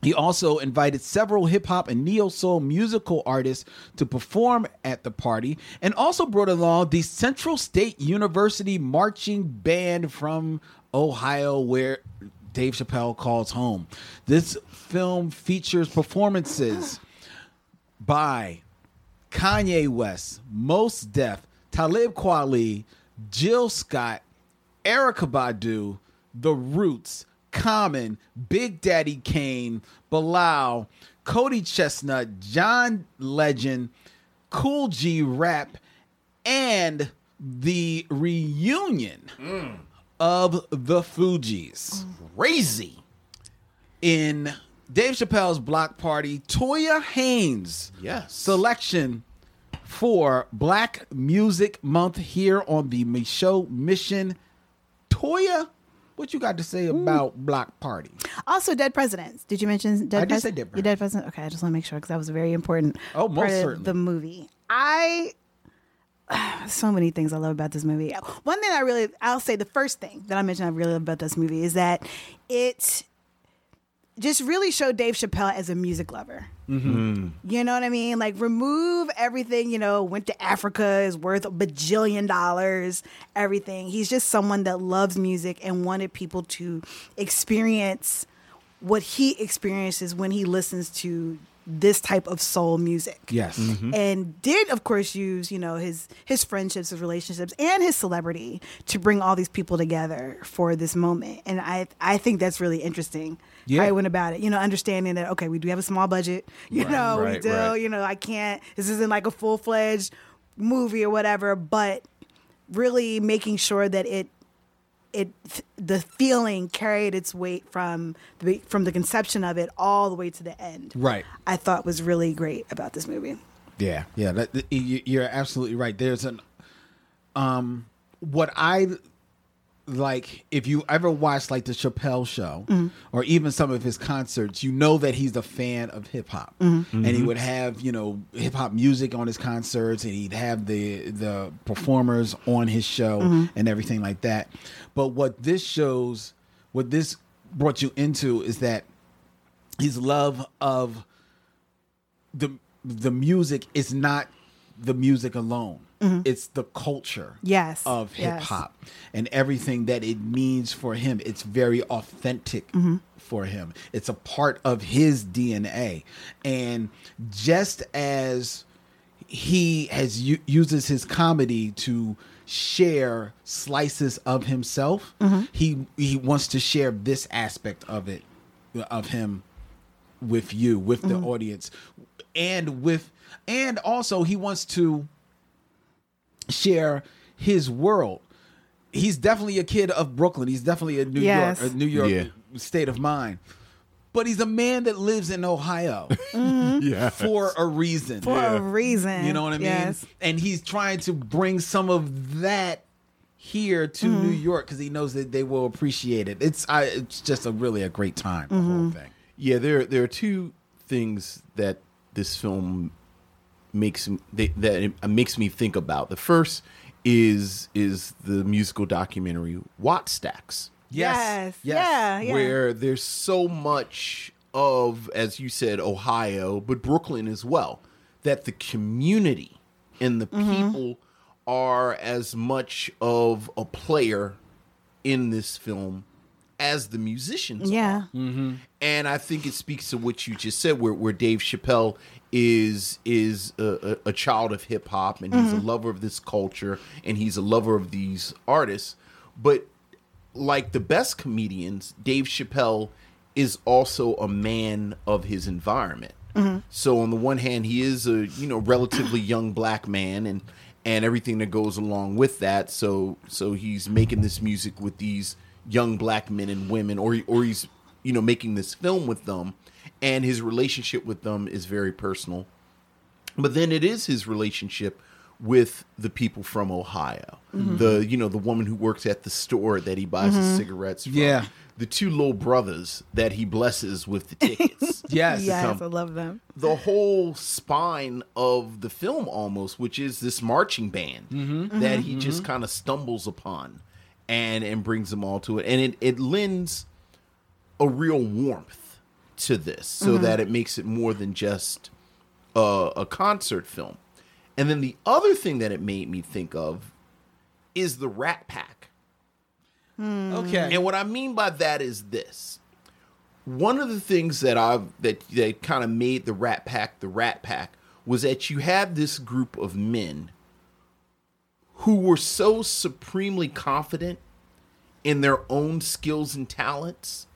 Speaker 1: He also invited several hip hop and neo soul musical artists to perform at the party and also brought along the Central State University Marching Band from Ohio, where Dave Chappelle calls home. This film features performances by Kanye West, Most Def, Talib Kweli, Jill Scott, Erica Badu, The Roots, Common, Big Daddy Kane, Bilal, Cody Chestnut, John Legend, Cool G Rap, and the reunion of the Fugees
Speaker 2: Crazy.
Speaker 1: in Dave Chappelle's Block Party, Toya Haynes
Speaker 2: Yes.
Speaker 1: selection for Black Music Month here on the Mi- Show Mission. Toya, what you got to say about Block Party?
Speaker 3: Also, dead presidents. Did you mention dead?
Speaker 1: I did say
Speaker 3: Pres-
Speaker 1: Dead
Speaker 3: Your dead president. Okay, I just want to make sure because that was a very important.
Speaker 1: Oh, most
Speaker 3: part of
Speaker 1: certainly.
Speaker 3: The movie. I. So many things I love about this movie. One thing I really, I'll say the first thing that I mentioned I really love about this movie is that it just really showed Dave Chappelle as a music lover. You know what I mean? Like, remove everything, you know, went to Africa, is worth a bajillion dollars, everything. He's just someone that loves music and wanted people to experience what he experiences when he listens to this type of soul music.
Speaker 1: Yes.
Speaker 12: Mm-hmm.
Speaker 1: Mhm.
Speaker 3: And did of course use, you know, his his friendships, his relationships and his celebrity to bring all these people together for this moment. And I I think that's really interesting.
Speaker 12: Yeah.
Speaker 3: How he went about it. You know, understanding that okay, we do have a small budget. You
Speaker 12: Right,
Speaker 3: know, we
Speaker 12: right,
Speaker 3: do,
Speaker 12: right.
Speaker 3: you know, I can't this isn't like a full fledged movie or whatever, but really making sure that it it the feeling carried its weight from the from the conception of it all the way to the end.
Speaker 1: Right.
Speaker 3: I thought was really great about this movie.
Speaker 1: Yeah, yeah, that, that- you- you're absolutely right. There's an, um, what I like. If you ever watched like the Chappelle Show
Speaker 12: Mhm.
Speaker 1: or even some of his concerts, you know that he's a fan of hip hop,
Speaker 12: Mhm.
Speaker 1: and he
Speaker 12: Mhm.
Speaker 1: would have you know hip hop music on his concerts, and he'd have the the performers on his show
Speaker 12: Mhm.
Speaker 1: and everything like that. But what this shows, what this brought you into, is that his love of the the music is not the music alone.
Speaker 3: Mhm.
Speaker 1: It's the culture
Speaker 3: Yes,
Speaker 1: of hip
Speaker 3: yes.
Speaker 1: hop and everything that it means for him. It's very authentic
Speaker 3: Mhm.
Speaker 1: for him. It's a part of his DNA. And just as he has u- uses his comedy to share slices of himself,
Speaker 3: Mm-hmm.
Speaker 12: Mhm.
Speaker 1: he he wants to share this aspect of it of him with you, with the
Speaker 12: Mhm.
Speaker 3: Mm-hmm.
Speaker 1: audience, and with and also he wants to share his world. He's definitely a kid of Brooklyn. He's definitely a New
Speaker 12: Yes.
Speaker 1: York, a New York
Speaker 2: Yeah.
Speaker 1: state of mind. But he's a man that lives in Ohio
Speaker 2: Yes.
Speaker 1: for a reason.
Speaker 3: Mm-hmm. For a reason.
Speaker 1: You know what I mean?
Speaker 3: Yes.
Speaker 1: And he's trying to bring some of that here to
Speaker 3: Mm-hmm.
Speaker 1: New York because he knows that they will appreciate it. It's I, it's just a really a great time. the
Speaker 3: Mm-hmm.
Speaker 1: whole thing.
Speaker 2: Yeah, there there are two things that this film makes m- they- that it uh, makes me think about. The first is is the musical documentary Watt Stacks.
Speaker 3: Yes. Oh, Yeah. Yeah.
Speaker 2: Where there's so much of, as you said, Ohio, but Brooklyn as well, that the community and the people are as much of a player in this film as the musicians
Speaker 12: Yeah.
Speaker 2: are. And I think it speaks to what you just said, where, where Dave Chappelle is is a, a, a child of hip hop, and he's a
Speaker 12: Mhm.
Speaker 2: lover of this culture, and he's a lover of these artists. But like the best comedians, Dave Chappelle is also a man of his environment.
Speaker 12: Mhm.
Speaker 2: So on the one hand, he is a you know relatively young black man, and and everything that goes along with that. So so he's making this music with these young black men and women, or or he's you know making this film with them, and his relationship with them is very personal. But then it is his relationship with the people from Ohio,
Speaker 12: Mhm.
Speaker 2: the you know the woman who works at the store that he buys his
Speaker 12: Mhm.
Speaker 2: cigarettes from,
Speaker 12: Yeah.
Speaker 2: the two little brothers that he blesses with the tickets.
Speaker 1: yes,
Speaker 2: to
Speaker 3: Yes,
Speaker 2: come.
Speaker 3: I love them.
Speaker 2: the whole spine of the film almost, which is this marching band
Speaker 12: Mhm.
Speaker 2: that
Speaker 12: Mhm.
Speaker 2: he just
Speaker 12: Mhm.
Speaker 2: kind of stumbles upon, and and brings them all to it, and it it lends a real warmth to this, so
Speaker 12: Mhm.
Speaker 2: that it makes it more than just a, a concert film. And then the other thing that it made me think of is the Rat Pack.
Speaker 1: Okay.
Speaker 2: And what I mean by that is this. One of the things that I've that that kind of made the Rat Pack the Rat Pack was that you had this group of men who were so supremely confident in their own skills and talents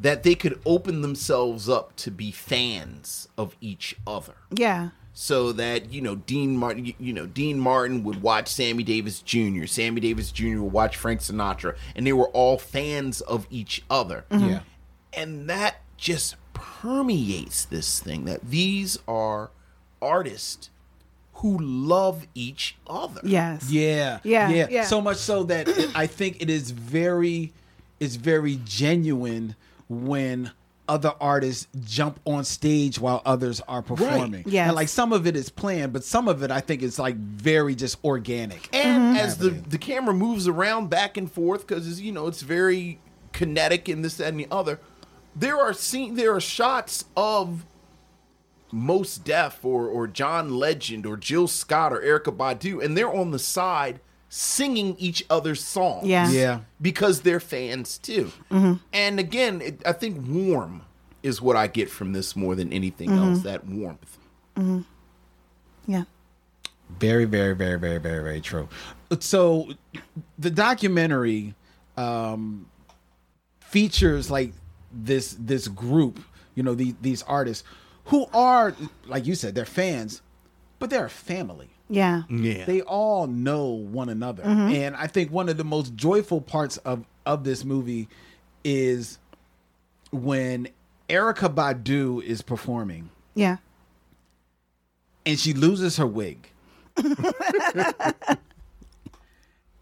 Speaker 2: that they could open themselves up to be fans of each other
Speaker 3: Yeah.
Speaker 2: so that you know Dean Martin, you know Dean Martin would watch Sammy Davis Jr. Sammy Davis Jr. would watch Frank Sinatra, and they were all fans of each other.
Speaker 12: Mhm. Yeah.
Speaker 2: and that just permeates this thing that these are artists who love each other.
Speaker 3: Yes.
Speaker 1: Yeah.
Speaker 2: Yeah,
Speaker 1: Yeah.
Speaker 2: yeah.
Speaker 1: So much so that it- I think it is very, it's very genuine when other artists jump on stage while others are performing.
Speaker 2: Yes.
Speaker 1: And like some of it is planned, but some of it I think is like very just organic.
Speaker 2: And as the, the camera moves around back and forth, because you know it's very kinetic and this that, and the other, there are scene there are shots of Most Def or or John Legend or Jill Scott or Erica Badu, and they're on the side singing each other's songs.
Speaker 12: Yeah.
Speaker 1: Yeah.
Speaker 2: because they're fans too.
Speaker 12: Mhm.
Speaker 2: And again, it, I think warm is what I get from this more than anything
Speaker 3: Mhm.
Speaker 2: else. That warmth.
Speaker 3: hmm
Speaker 1: Very, very, very, very, very, very true. So the documentary um, features like this this group, you know, the, these artists who are, like you said, they're fans, but they're a family.
Speaker 3: Yeah.
Speaker 1: They all know one another.
Speaker 3: Mhm.
Speaker 1: And I think one of the most joyful parts of, of this movie is when Erica Badu is performing
Speaker 3: Yeah.
Speaker 1: and she loses her wig.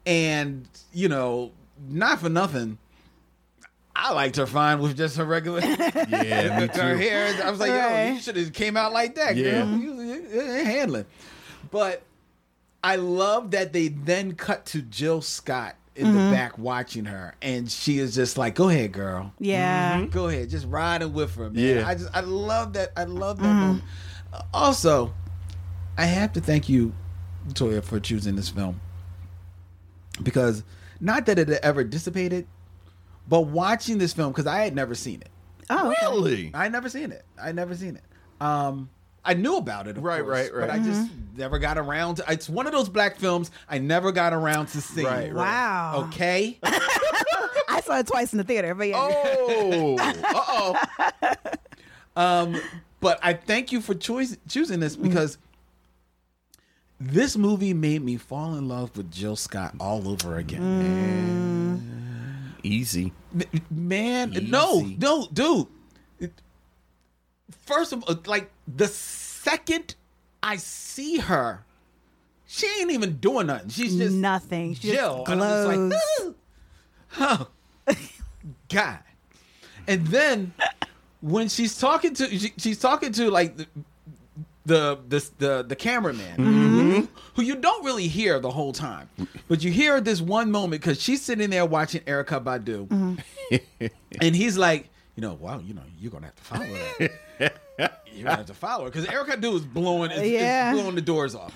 Speaker 1: and, you know, not for nothing. I liked her fine with just her regular.
Speaker 2: Yeah,
Speaker 1: her
Speaker 2: me too.
Speaker 1: hair. is- I was like, yo, you
Speaker 2: Right.
Speaker 1: should have came out like that,
Speaker 2: Yeah.
Speaker 1: girl. You, you- you ain't handling. But I love that they then cut to Jill Scott in
Speaker 2: Mm-hmm.
Speaker 3: Mhm.
Speaker 1: the back watching her, and she is just like, "Go ahead, girl.
Speaker 3: Yeah.
Speaker 1: go ahead, just riding with her, man."
Speaker 2: Mm-hmm. Yeah. Mm-hmm.
Speaker 1: I just, I love that. I love that moment. Also, I have to thank you, Toya, for choosing this film because not that it had ever dissipated, but watching this film because I had never seen it.
Speaker 3: Oh, okay.
Speaker 2: Really?
Speaker 1: I had never seen it. I had never seen it. Um, I knew about it, of
Speaker 2: Right,
Speaker 1: course,
Speaker 2: right, right. Mm-hmm.
Speaker 1: But I just never got around. to It's one of those black films I never got around to seeing.
Speaker 2: Right, right.
Speaker 3: Wow.
Speaker 1: Okay.
Speaker 3: I saw it twice in the theater, but yeah.
Speaker 2: Oh, uh-oh.
Speaker 1: Um, but I thank you for choice, choosing this because this movie made me fall in love with Jill Scott all over
Speaker 3: Mm.
Speaker 1: again.
Speaker 2: Easy.
Speaker 1: M- Man, no,
Speaker 2: Easy.
Speaker 1: no, dude. It- First of all, like the second I see her, she ain't even doing nothing. She's just
Speaker 3: Nothing. She
Speaker 1: Jill.
Speaker 3: Just
Speaker 1: And I'm
Speaker 3: glows.
Speaker 1: just like, oh, God. And then when she's talking to, she, she's talking to like the the the the, the cameraman, who you don't really hear the whole time, but you hear this one moment because she's sitting there watching Erica Badu, and he's like, you know, wow, you know, you're gonna have to follow her. You're gonna have to follow her because Erica Badu is blowing, is, is
Speaker 3: Yeah.
Speaker 1: blowing the doors off.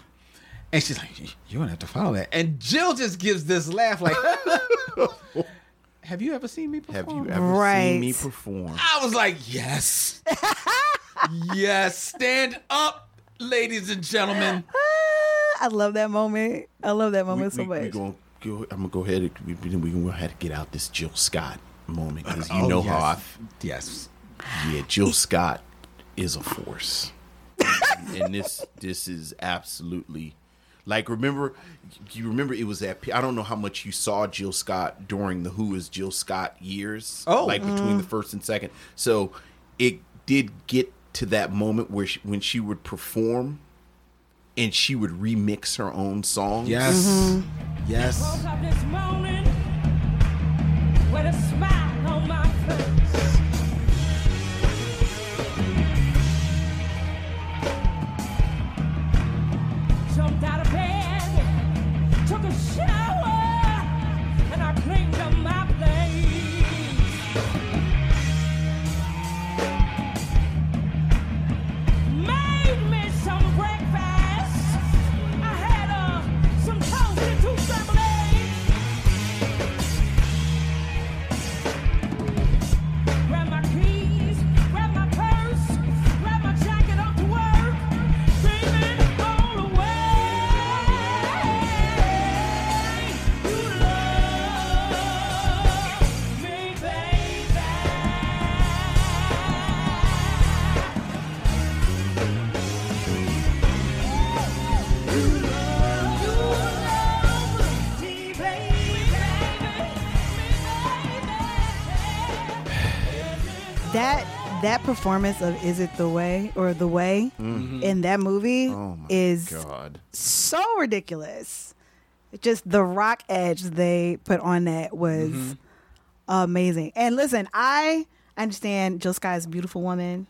Speaker 1: And she's like, "You're gonna have to follow that." And Jill just gives this laugh, like, "Have you ever seen me perform?"
Speaker 2: Have you ever
Speaker 3: Right.
Speaker 2: seen me perform?
Speaker 1: I was like, "Yes, yes, stand up, ladies and gentlemen."
Speaker 3: Ah, I love that moment. I love that moment so much.
Speaker 2: gonna go, I'm gonna go ahead. and- We, we, we gonna have to get out this Jill Scott moment because you
Speaker 1: Oh,
Speaker 2: know how I.
Speaker 1: yes.
Speaker 2: f-
Speaker 1: Yes,
Speaker 2: Yeah, Jill Scott is a force, and this this is absolutely like remember. You remember it was that I don't know how much you saw Jill Scott during the Who is Jill Scott years.
Speaker 1: Oh.
Speaker 2: like between the first and second. So it did get to that moment where she, when she would perform. And she would remix her own songs.
Speaker 1: yes, yes.
Speaker 2: Mm-hmm.
Speaker 12: Woke up this morning with a smile on my face. Jumped out of bed, took a shower, and I cleaned up my place. Made me some breakfast. I had uh, some toast and two scrambled eggs. Grab my keys, grab my purse, grab my jacket off to work, dreaming all the way. You love me, baby. You love, you love me, baby, baby, baby.
Speaker 3: That that performance of "Is It the Way" or "The Way" in that movie is
Speaker 2: God.
Speaker 3: so ridiculous. Just the rock edge they put on that was amazing. And listen, I understand Jill Scott is a beautiful woman.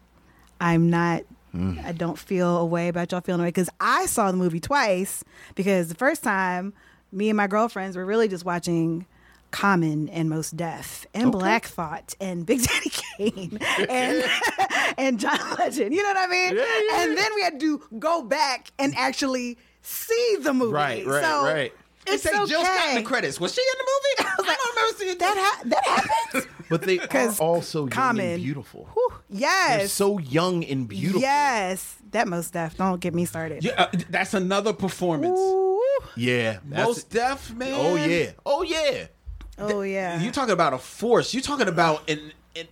Speaker 3: I'm not.
Speaker 2: Mm.
Speaker 3: I don't feel a way about y'all feeling away because I saw the movie twice. Because the first time, me and my girlfriends were really just watching Common and Most Deaf and Black Thought and Big Daddy Kane and and John Legend. You know what I mean? and then we had to go back and actually see the movie.
Speaker 2: Right, right,
Speaker 3: so
Speaker 2: right.
Speaker 1: They
Speaker 3: It's
Speaker 1: say
Speaker 3: okay.
Speaker 1: Jill Scott in the credits. Was she in the movie? I, don't remember seeing
Speaker 3: That ha- that happened.
Speaker 2: But they are also young
Speaker 3: Common.
Speaker 2: and beautiful.
Speaker 3: Yes.
Speaker 2: They're so young and beautiful.
Speaker 3: Yes. That most deaf. Don't get me started.
Speaker 1: Yeah, uh, that's another performance.
Speaker 2: Yeah.
Speaker 1: Most deaf man.
Speaker 2: Oh, yeah. Oh yeah.
Speaker 3: Oh yeah.
Speaker 1: You're talking about a force. You're talking about an an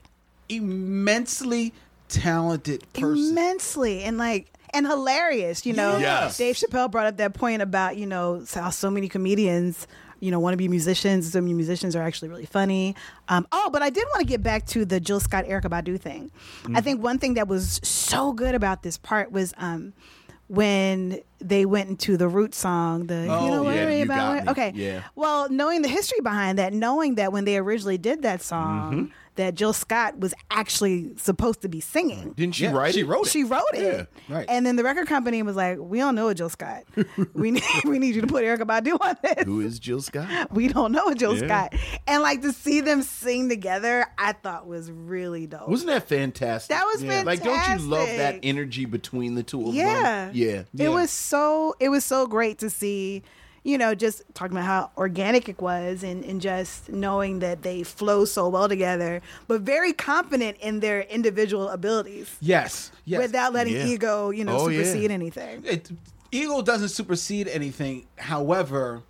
Speaker 1: immensely talented person.
Speaker 3: immensely and like and hilarious. You know,
Speaker 1: Yes.
Speaker 3: Dave Chappelle brought up that point about you know how so many comedians you know want to be musicians. So many musicians are actually really funny. Um, oh, but I did want to get back to the Jill Scott Erica Badu thing. I
Speaker 13: Mm.
Speaker 3: think one thing that was so good about this part was. Um, when they went into the root song, the
Speaker 13: Oh,
Speaker 3: you know
Speaker 13: yeah,
Speaker 3: worry
Speaker 13: you
Speaker 3: about
Speaker 13: got
Speaker 3: it.
Speaker 13: me.
Speaker 3: Okay,
Speaker 13: Yeah.
Speaker 3: Well, knowing the history behind that, knowing that when they originally did that song,
Speaker 13: Mm-hmm.
Speaker 3: that Jill Scott was actually supposed to be singing,
Speaker 2: Didn't she Yeah, write she it? wrote it.
Speaker 3: She wrote it.
Speaker 2: Yeah, right.
Speaker 3: And then the record company was like, "We don't know a Jill Scott. we need we need you to put Erica Badu on this.
Speaker 2: Who is Jill Scott?
Speaker 3: We don't know a Jill
Speaker 2: Yeah.
Speaker 3: Scott." And like to see them sing together, I thought was really dope.
Speaker 2: Wasn't that fantastic?
Speaker 3: That was
Speaker 2: Like, don't you love that
Speaker 3: fantastic.
Speaker 2: energy between the two of them?
Speaker 3: yeah.
Speaker 2: Yeah.
Speaker 3: It was so it was so great to see, you know, just talking about how organic it was and, and just knowing that they flow so well together, but very confident in their individual abilities.
Speaker 1: Yes. Yes.
Speaker 3: Without letting ego, you know,
Speaker 1: Oh, yeah.
Speaker 3: supersede anything.
Speaker 1: It, ego doesn't supersede anything. However,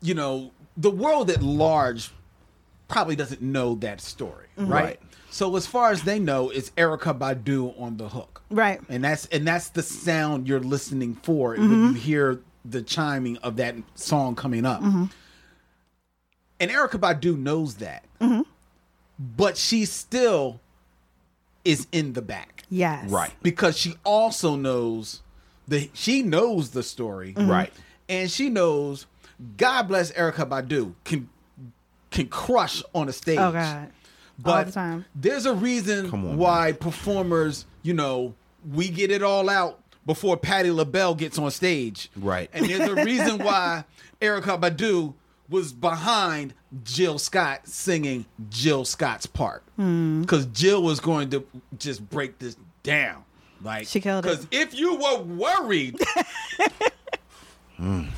Speaker 1: you know, the world at large probably doesn't know that story,
Speaker 3: Mhm.
Speaker 1: right?
Speaker 3: Right.
Speaker 1: So as far as they know, it's Erica Badu on the hook.
Speaker 3: Right.
Speaker 1: And that's and that's the sound you're listening for
Speaker 3: Mm-hmm.
Speaker 1: when you hear the chiming of that song coming up.
Speaker 3: Mm-hmm.
Speaker 12: Mhm.
Speaker 1: And Erica Badu knows that.
Speaker 3: Mm-hmm.
Speaker 1: But she still is in the back.
Speaker 3: Yes.
Speaker 1: Right. Because she also knows the she knows the story.
Speaker 3: Mm-hmm.
Speaker 2: Mhm. Right.
Speaker 1: And she knows God bless Erica Badu can can crush on a stage.
Speaker 3: Oh God.
Speaker 1: But
Speaker 3: the time.
Speaker 1: there's a reason why performers, you know, we get it all out before Patti LaBelle gets on stage.
Speaker 2: Right.
Speaker 1: And there's a reason why Erica Badu was behind Jill Scott singing Jill Scott's part. Because Jill was going to just break this down. Like, she killed it. Because if you were worried,
Speaker 3: Mm.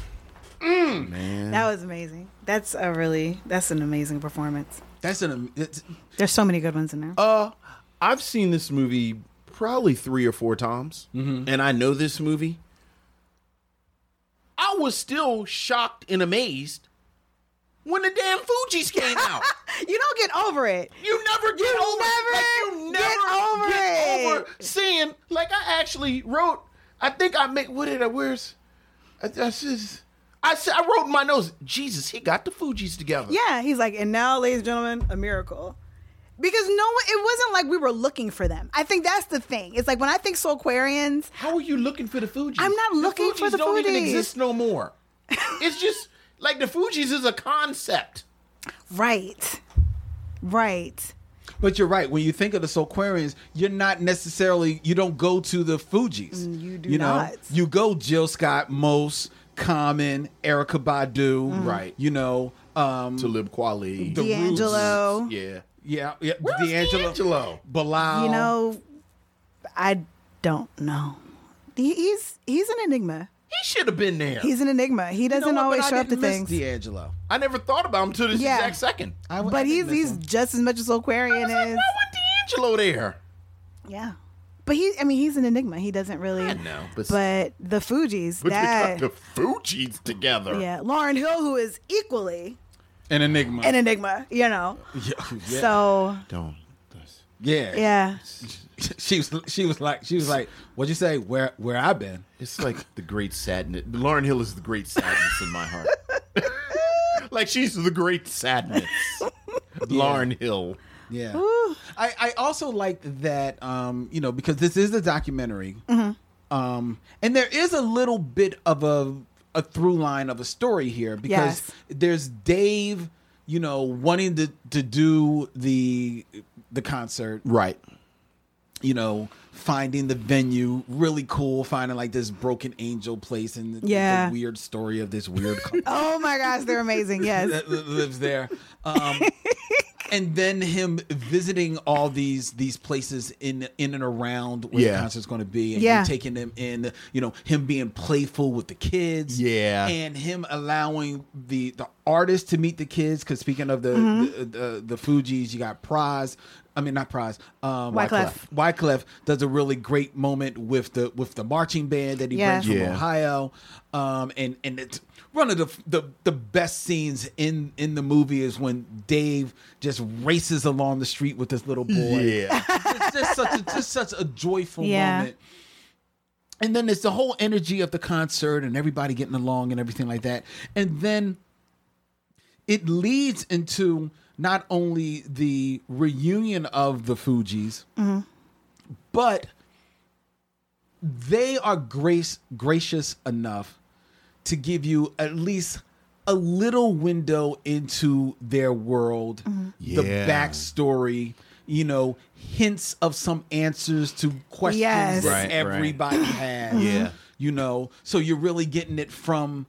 Speaker 1: Man.
Speaker 3: That was amazing. That's a really that's an amazing performance.
Speaker 1: That's an it's,
Speaker 3: There's so many good ones in there.
Speaker 2: Uh, I've seen this movie probably three or four times, and I know this movie. I was still shocked and amazed when the damn Fuji's came out.
Speaker 3: you don't get over it.
Speaker 2: You never get over it. Like, you never get over, seeing like I actually wrote. I think I make what did I where's I, I says I said I wrote in my notes. Jesus, he got the Fuji's together.
Speaker 3: Yeah, he's like, and now, ladies and gentlemen, a miracle. Because no one, it wasn't like we were looking for them. I think that's the thing. It's like when I think Soulquarians.
Speaker 2: How are you looking for the Fugees?
Speaker 3: I'm not looking for
Speaker 2: Fugees
Speaker 3: the
Speaker 2: don't
Speaker 3: Fugees.
Speaker 2: even exist no more. it's just like the Fugees is a concept.
Speaker 3: Right. Right.
Speaker 1: But you're right. When you think of the Soulquarians, you're not necessarily you don't go to the Fugees. You
Speaker 3: Mm, do
Speaker 1: Know?
Speaker 3: not.
Speaker 1: You go Jill Scott, Mose, Common, Erica Badu,
Speaker 3: Mhm.
Speaker 2: Right.
Speaker 1: You know, um, Talib
Speaker 2: Kweli,
Speaker 1: the Roots.
Speaker 3: D'Angelo.
Speaker 2: Yeah,
Speaker 1: yeah, yeah.
Speaker 3: Where's
Speaker 1: D'Angelo,
Speaker 2: D'Angelo?
Speaker 1: Bilal.
Speaker 3: You know, I don't know. He- He's he's an enigma.
Speaker 2: He should have been there.
Speaker 3: He's an enigma. He doesn't
Speaker 2: what? But
Speaker 3: always
Speaker 2: I
Speaker 3: show up to
Speaker 2: didn't miss
Speaker 3: things.
Speaker 1: D'Angelo.
Speaker 2: I never thought about him till this
Speaker 3: Yeah.
Speaker 2: exact second.
Speaker 3: but he's he's just as much a Soulquarian as
Speaker 2: D'Angelo there.
Speaker 3: yeah. But he, I mean, he's an enigma. He doesn't really.
Speaker 2: I know, but-
Speaker 3: but the Fugees.
Speaker 2: But
Speaker 3: that,
Speaker 2: they got the Fugees together.
Speaker 3: Yeah, Lauren Hill, who is equally
Speaker 1: An enigma.
Speaker 3: an enigma, you know.
Speaker 1: Yeah, yeah.
Speaker 3: So
Speaker 2: don't.
Speaker 1: Yeah.
Speaker 3: yeah,
Speaker 1: She was she was like she was like, What'd you say? Where where I been?
Speaker 2: It's like the great sadness. Lauren Hill is the great sadness in my heart. like she's the great sadness. Lauren Hill.
Speaker 1: Yeah. I, I also like that um, you know, because this is a documentary.
Speaker 3: Mhm.
Speaker 1: Um, and there is a little bit of a a through line of a story here because
Speaker 3: Yes.
Speaker 1: there's Dave, you know, wanting to to do the the concert.
Speaker 2: Right.
Speaker 1: You know, finding the venue really cool, finding like this broken angel place and the, the
Speaker 3: Yeah.
Speaker 1: weird story of this weird
Speaker 3: oh my gosh, they're amazing. Yes,
Speaker 1: that li- lives there. Um, and then him visiting all these these places in in and around where
Speaker 2: Yeah.
Speaker 1: the concert's going to be, and
Speaker 3: Yeah.
Speaker 1: you taking them in, you know, him being playful with the kids,
Speaker 2: Yeah.
Speaker 1: and him allowing the the artist to meet the kids. Because speaking of the,
Speaker 3: Mm-hmm.
Speaker 1: the, the the Fugees, you got Prize. I mean, not Prize. Um,
Speaker 3: Wyclef.
Speaker 1: Wyclef. Wyclef does a really great moment with the with the marching band that he
Speaker 3: Yes.
Speaker 1: brings from
Speaker 2: Yeah.
Speaker 1: Ohio, um, and and it's one of the, the the best scenes in in the movie is when Dave just races along the street with this little boy.
Speaker 2: Yeah.
Speaker 1: it's just such a, just such a joyful
Speaker 3: Yeah.
Speaker 1: moment. And then it's the whole energy of the concert and everybody getting along and everything like that. And then it leads into not only the reunion of the Fugees, but they are grace gracious enough to give you at least a little window into their world,
Speaker 3: Mm-hmm.
Speaker 1: the
Speaker 2: Yeah.
Speaker 1: backstory, you know, hints of some answers to questions
Speaker 3: Yes.
Speaker 1: that
Speaker 2: Right, right.
Speaker 1: everybody has.
Speaker 2: Yeah.
Speaker 1: You know, so you're really getting it from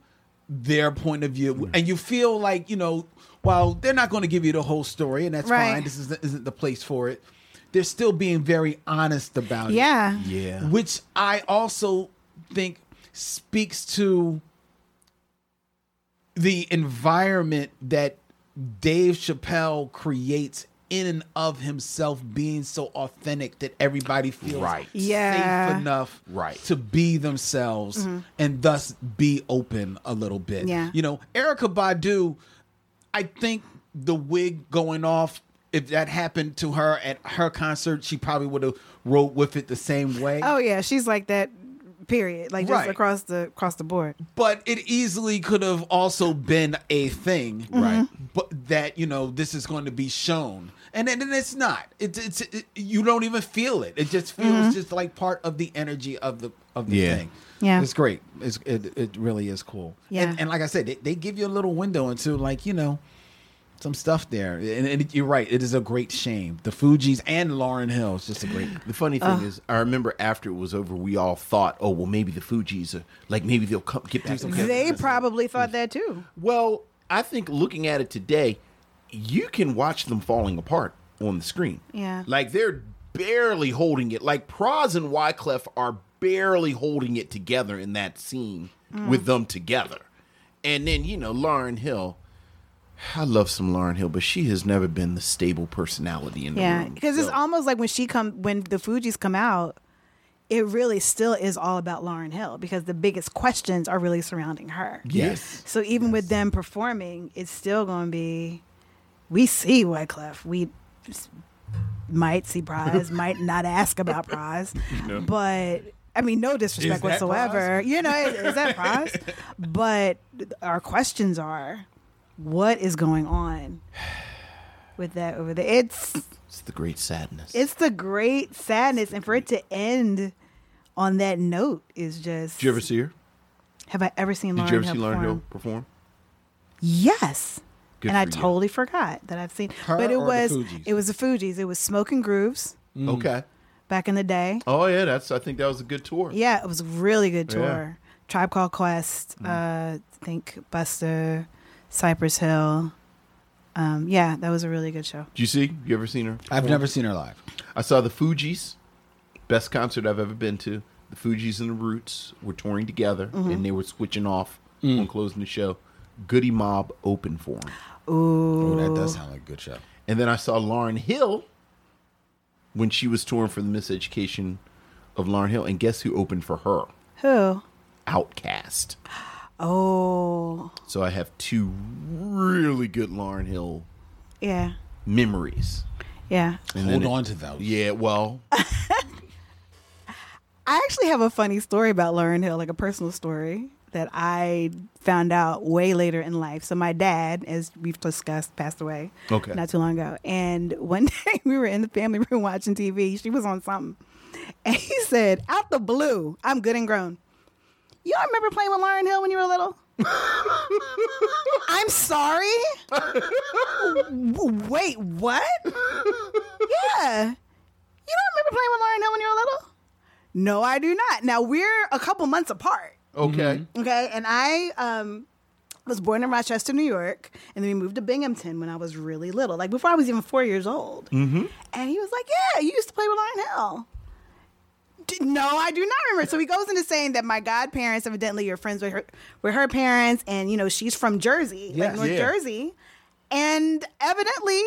Speaker 1: their point of view, and you feel like you know, while they're not going to give you the whole story, and that's
Speaker 3: Right.
Speaker 1: fine. This is, isn't the place for it. They're still being very honest about it
Speaker 3: Yeah.
Speaker 2: Yeah.
Speaker 1: which I also think speaks to the environment that Dave Chappelle creates in and of himself being so authentic that everybody feels
Speaker 2: Right.
Speaker 3: Yeah. Mm-hmm.
Speaker 1: safe enough
Speaker 2: Right.
Speaker 1: to be themselves and thus be open a little bit.
Speaker 3: Yeah.
Speaker 1: You know, Erica Badu, I think the wig going off, if that happened to her at her concert, she probably would have rode with it the same way.
Speaker 3: Oh yeah, she's like that. Period. Like just
Speaker 1: Right.
Speaker 3: across the across the board.
Speaker 1: but it easily could have also been a thing,
Speaker 3: Mm-hmm.
Speaker 1: right? But that you know this is going to be shown, and then and it's not. It's it's it, you don't even feel it. It just feels
Speaker 3: Mm-hmm.
Speaker 1: just like part of the energy of the of the
Speaker 2: Yeah.
Speaker 1: thing.
Speaker 3: Yeah.
Speaker 1: it's great. It's it it really is cool.
Speaker 3: Yeah.
Speaker 1: and, and like I said, they, they give you a little window into like you know. Some stuff there, and, and you're right. It is a great shame. The Fugees and Lauren Hill is just a great.
Speaker 2: The funny thing is, I remember after it was over, we all thought, "Oh, well, maybe the Fugees are like maybe they'll come get back together."
Speaker 3: They probably
Speaker 2: Mm.
Speaker 3: thought that too.
Speaker 2: Well, I think looking at it today, you can watch them falling apart on the screen.
Speaker 3: Yeah.
Speaker 2: Like they're barely holding it. Like Proz and Wyclef are barely holding it together in that scene
Speaker 3: Mm.
Speaker 2: with them together. And then, you know, Lauren Hill. I love some Lauren Hill, but she has never been the stable personality in the
Speaker 3: Yeah,
Speaker 2: room.
Speaker 3: because it's
Speaker 2: So-
Speaker 3: almost like when she come when the Fugees come out, it really still is all about Lauren Hill because the biggest questions are really surrounding her.
Speaker 1: Yes.
Speaker 3: So even with them performing, it's still going to be, we see Wyclef, we s- might see Prize, might not ask about Prize, but. I mean, no disrespect
Speaker 1: Is that
Speaker 3: whatsoever. You know, is, is that prize? but our questions are, what is going on with that over there? It's
Speaker 2: It's the great sadness.
Speaker 3: it's the great sadness, and for it to end on that note is just.
Speaker 2: Did you ever see her?
Speaker 3: have I ever seen
Speaker 2: Did
Speaker 3: Lauren
Speaker 2: you ever
Speaker 3: Hill
Speaker 2: see Lauren
Speaker 3: perform?
Speaker 2: Hill perform?
Speaker 3: Yes,
Speaker 2: Good
Speaker 3: and I
Speaker 2: for you.
Speaker 3: totally forgot that I've seen.
Speaker 1: Her
Speaker 3: but it
Speaker 1: or the
Speaker 3: was
Speaker 1: Fugees?
Speaker 3: it was the Fugees. It was Smoking Grooves
Speaker 1: Mm.
Speaker 2: Okay.
Speaker 3: back in the day.
Speaker 2: Oh yeah, that's. I think that was a good tour.
Speaker 3: Yeah, it was a really good tour.
Speaker 2: Yeah.
Speaker 3: Tribe Called Quest, uh, I think Buster, Cypress Hill. Um, yeah, that was a really good show.
Speaker 2: Did you see? You ever seen her?
Speaker 1: I've never seen her live.
Speaker 2: I saw the Fugees. Best concert I've ever been to. The Fugees and the Roots were touring together,
Speaker 1: Mm-hmm.
Speaker 2: and they were switching off
Speaker 1: Mm.
Speaker 2: on closing the show. Goody Mob opened for them,
Speaker 1: Oh, that does sound like a good show.
Speaker 2: and then I saw Lauren Hill when she was touring for the Miseducation of Lauren Hill, and guess who opened for her?
Speaker 3: Who?
Speaker 2: Outcast.
Speaker 3: Oh,
Speaker 2: So I have two really good Lauren Hill
Speaker 3: yeah,
Speaker 2: memories.
Speaker 3: yeah.
Speaker 2: And
Speaker 1: Hold
Speaker 2: then it-
Speaker 1: on to those.
Speaker 2: Yeah, well,
Speaker 3: I actually have a funny story about Lauren Hill, like a personal story that I found out way later in life. So my dad, as we've discussed, passed away
Speaker 2: Okay.
Speaker 3: not too long ago. And one day we were in the family room watching TV. She was on something. And he said, out the blue, I'm good and grown. You don't remember playing with Lauren Hill when you were little? I'm sorry? W- Wait, what? Yeah. You don't remember playing with Lauren Hill when you were little? No, I do not. Now we're a couple months apart.
Speaker 2: okay.
Speaker 3: Okay. And I um was born in Rochester, New York, and then we moved to Binghamton when I was really little, like before I was even four years old.
Speaker 12: Mm-hmm.
Speaker 3: And he was like, "Yeah, you used to play with Lauren Hill." D- No, I do not remember. So he goes into saying that my godparents evidently are friends with her, with her parents, and you know she's from Jersey,
Speaker 12: Yes.
Speaker 3: like North
Speaker 12: Yeah.
Speaker 3: Jersey, and evidently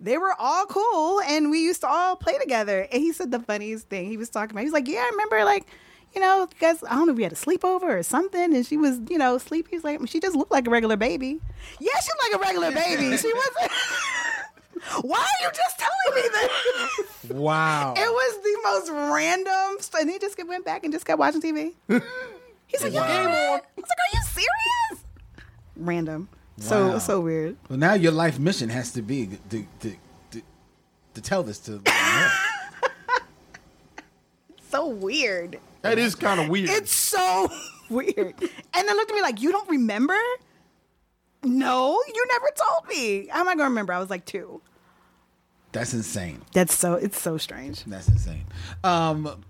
Speaker 3: they were all cool, and we used to all play together. And he said the funniest thing. He was talking about. He was like, "Yeah, I remember like." You know, because I don't know if we had a sleepover or something, and she was, you know, sleepy. He's like, she just looked like a regular baby. Yeah, she looked like a regular baby. She wasn't. Why are you just telling me this?
Speaker 1: Wow.
Speaker 3: It was the most random. st- And he just kept- went back and just kept watching TV. He's like, "Yo,
Speaker 12: Game
Speaker 3: man." I was like, "Are you serious?" Random. So
Speaker 1: Wow.
Speaker 3: so weird.
Speaker 1: Well, now your life mission has to be to to, to, to tell this to.
Speaker 3: So weird.
Speaker 2: That is kind of weird.
Speaker 3: It's so weird. And they looked at me like, "You don't remember?" No, you never told me. How am I gonna remember? I was like two.
Speaker 1: That's insane.
Speaker 3: That's so. It's so strange.
Speaker 1: That's insane. Um,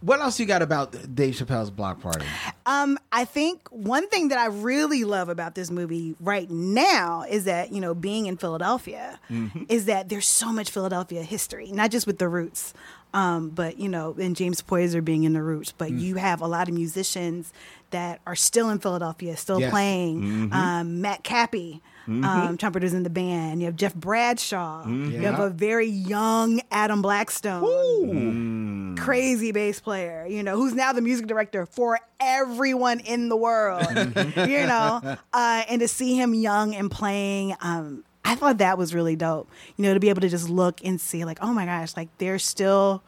Speaker 1: what else you got about Dave Chappelle's block party?
Speaker 3: Um, I think one thing that I really love about this movie right now is that you know, being in Philadelphia,
Speaker 12: Mm-hmm.
Speaker 3: is that there's so much Philadelphia history, not just with the Roots, um, but you know, and James Poyser being in the Roots, but
Speaker 12: Mm.
Speaker 3: you have a lot of musicians that are still in Philadelphia, still
Speaker 12: Yes.
Speaker 3: playing.
Speaker 12: Mhm.
Speaker 3: Um, Matt Cappy, um,
Speaker 12: Mhm.
Speaker 3: trumpeters in the band. You have Jeff Bradshaw.
Speaker 12: Mhm.
Speaker 3: You have
Speaker 12: Yeah.
Speaker 3: a very young Adam Blackstone crazy bass player, you know, who's now the music director for everyone in the world, you know, uh, and to see him young and playing, um, I thought that was really dope, you know, to be able to just look and see, like, oh my gosh, like they're still,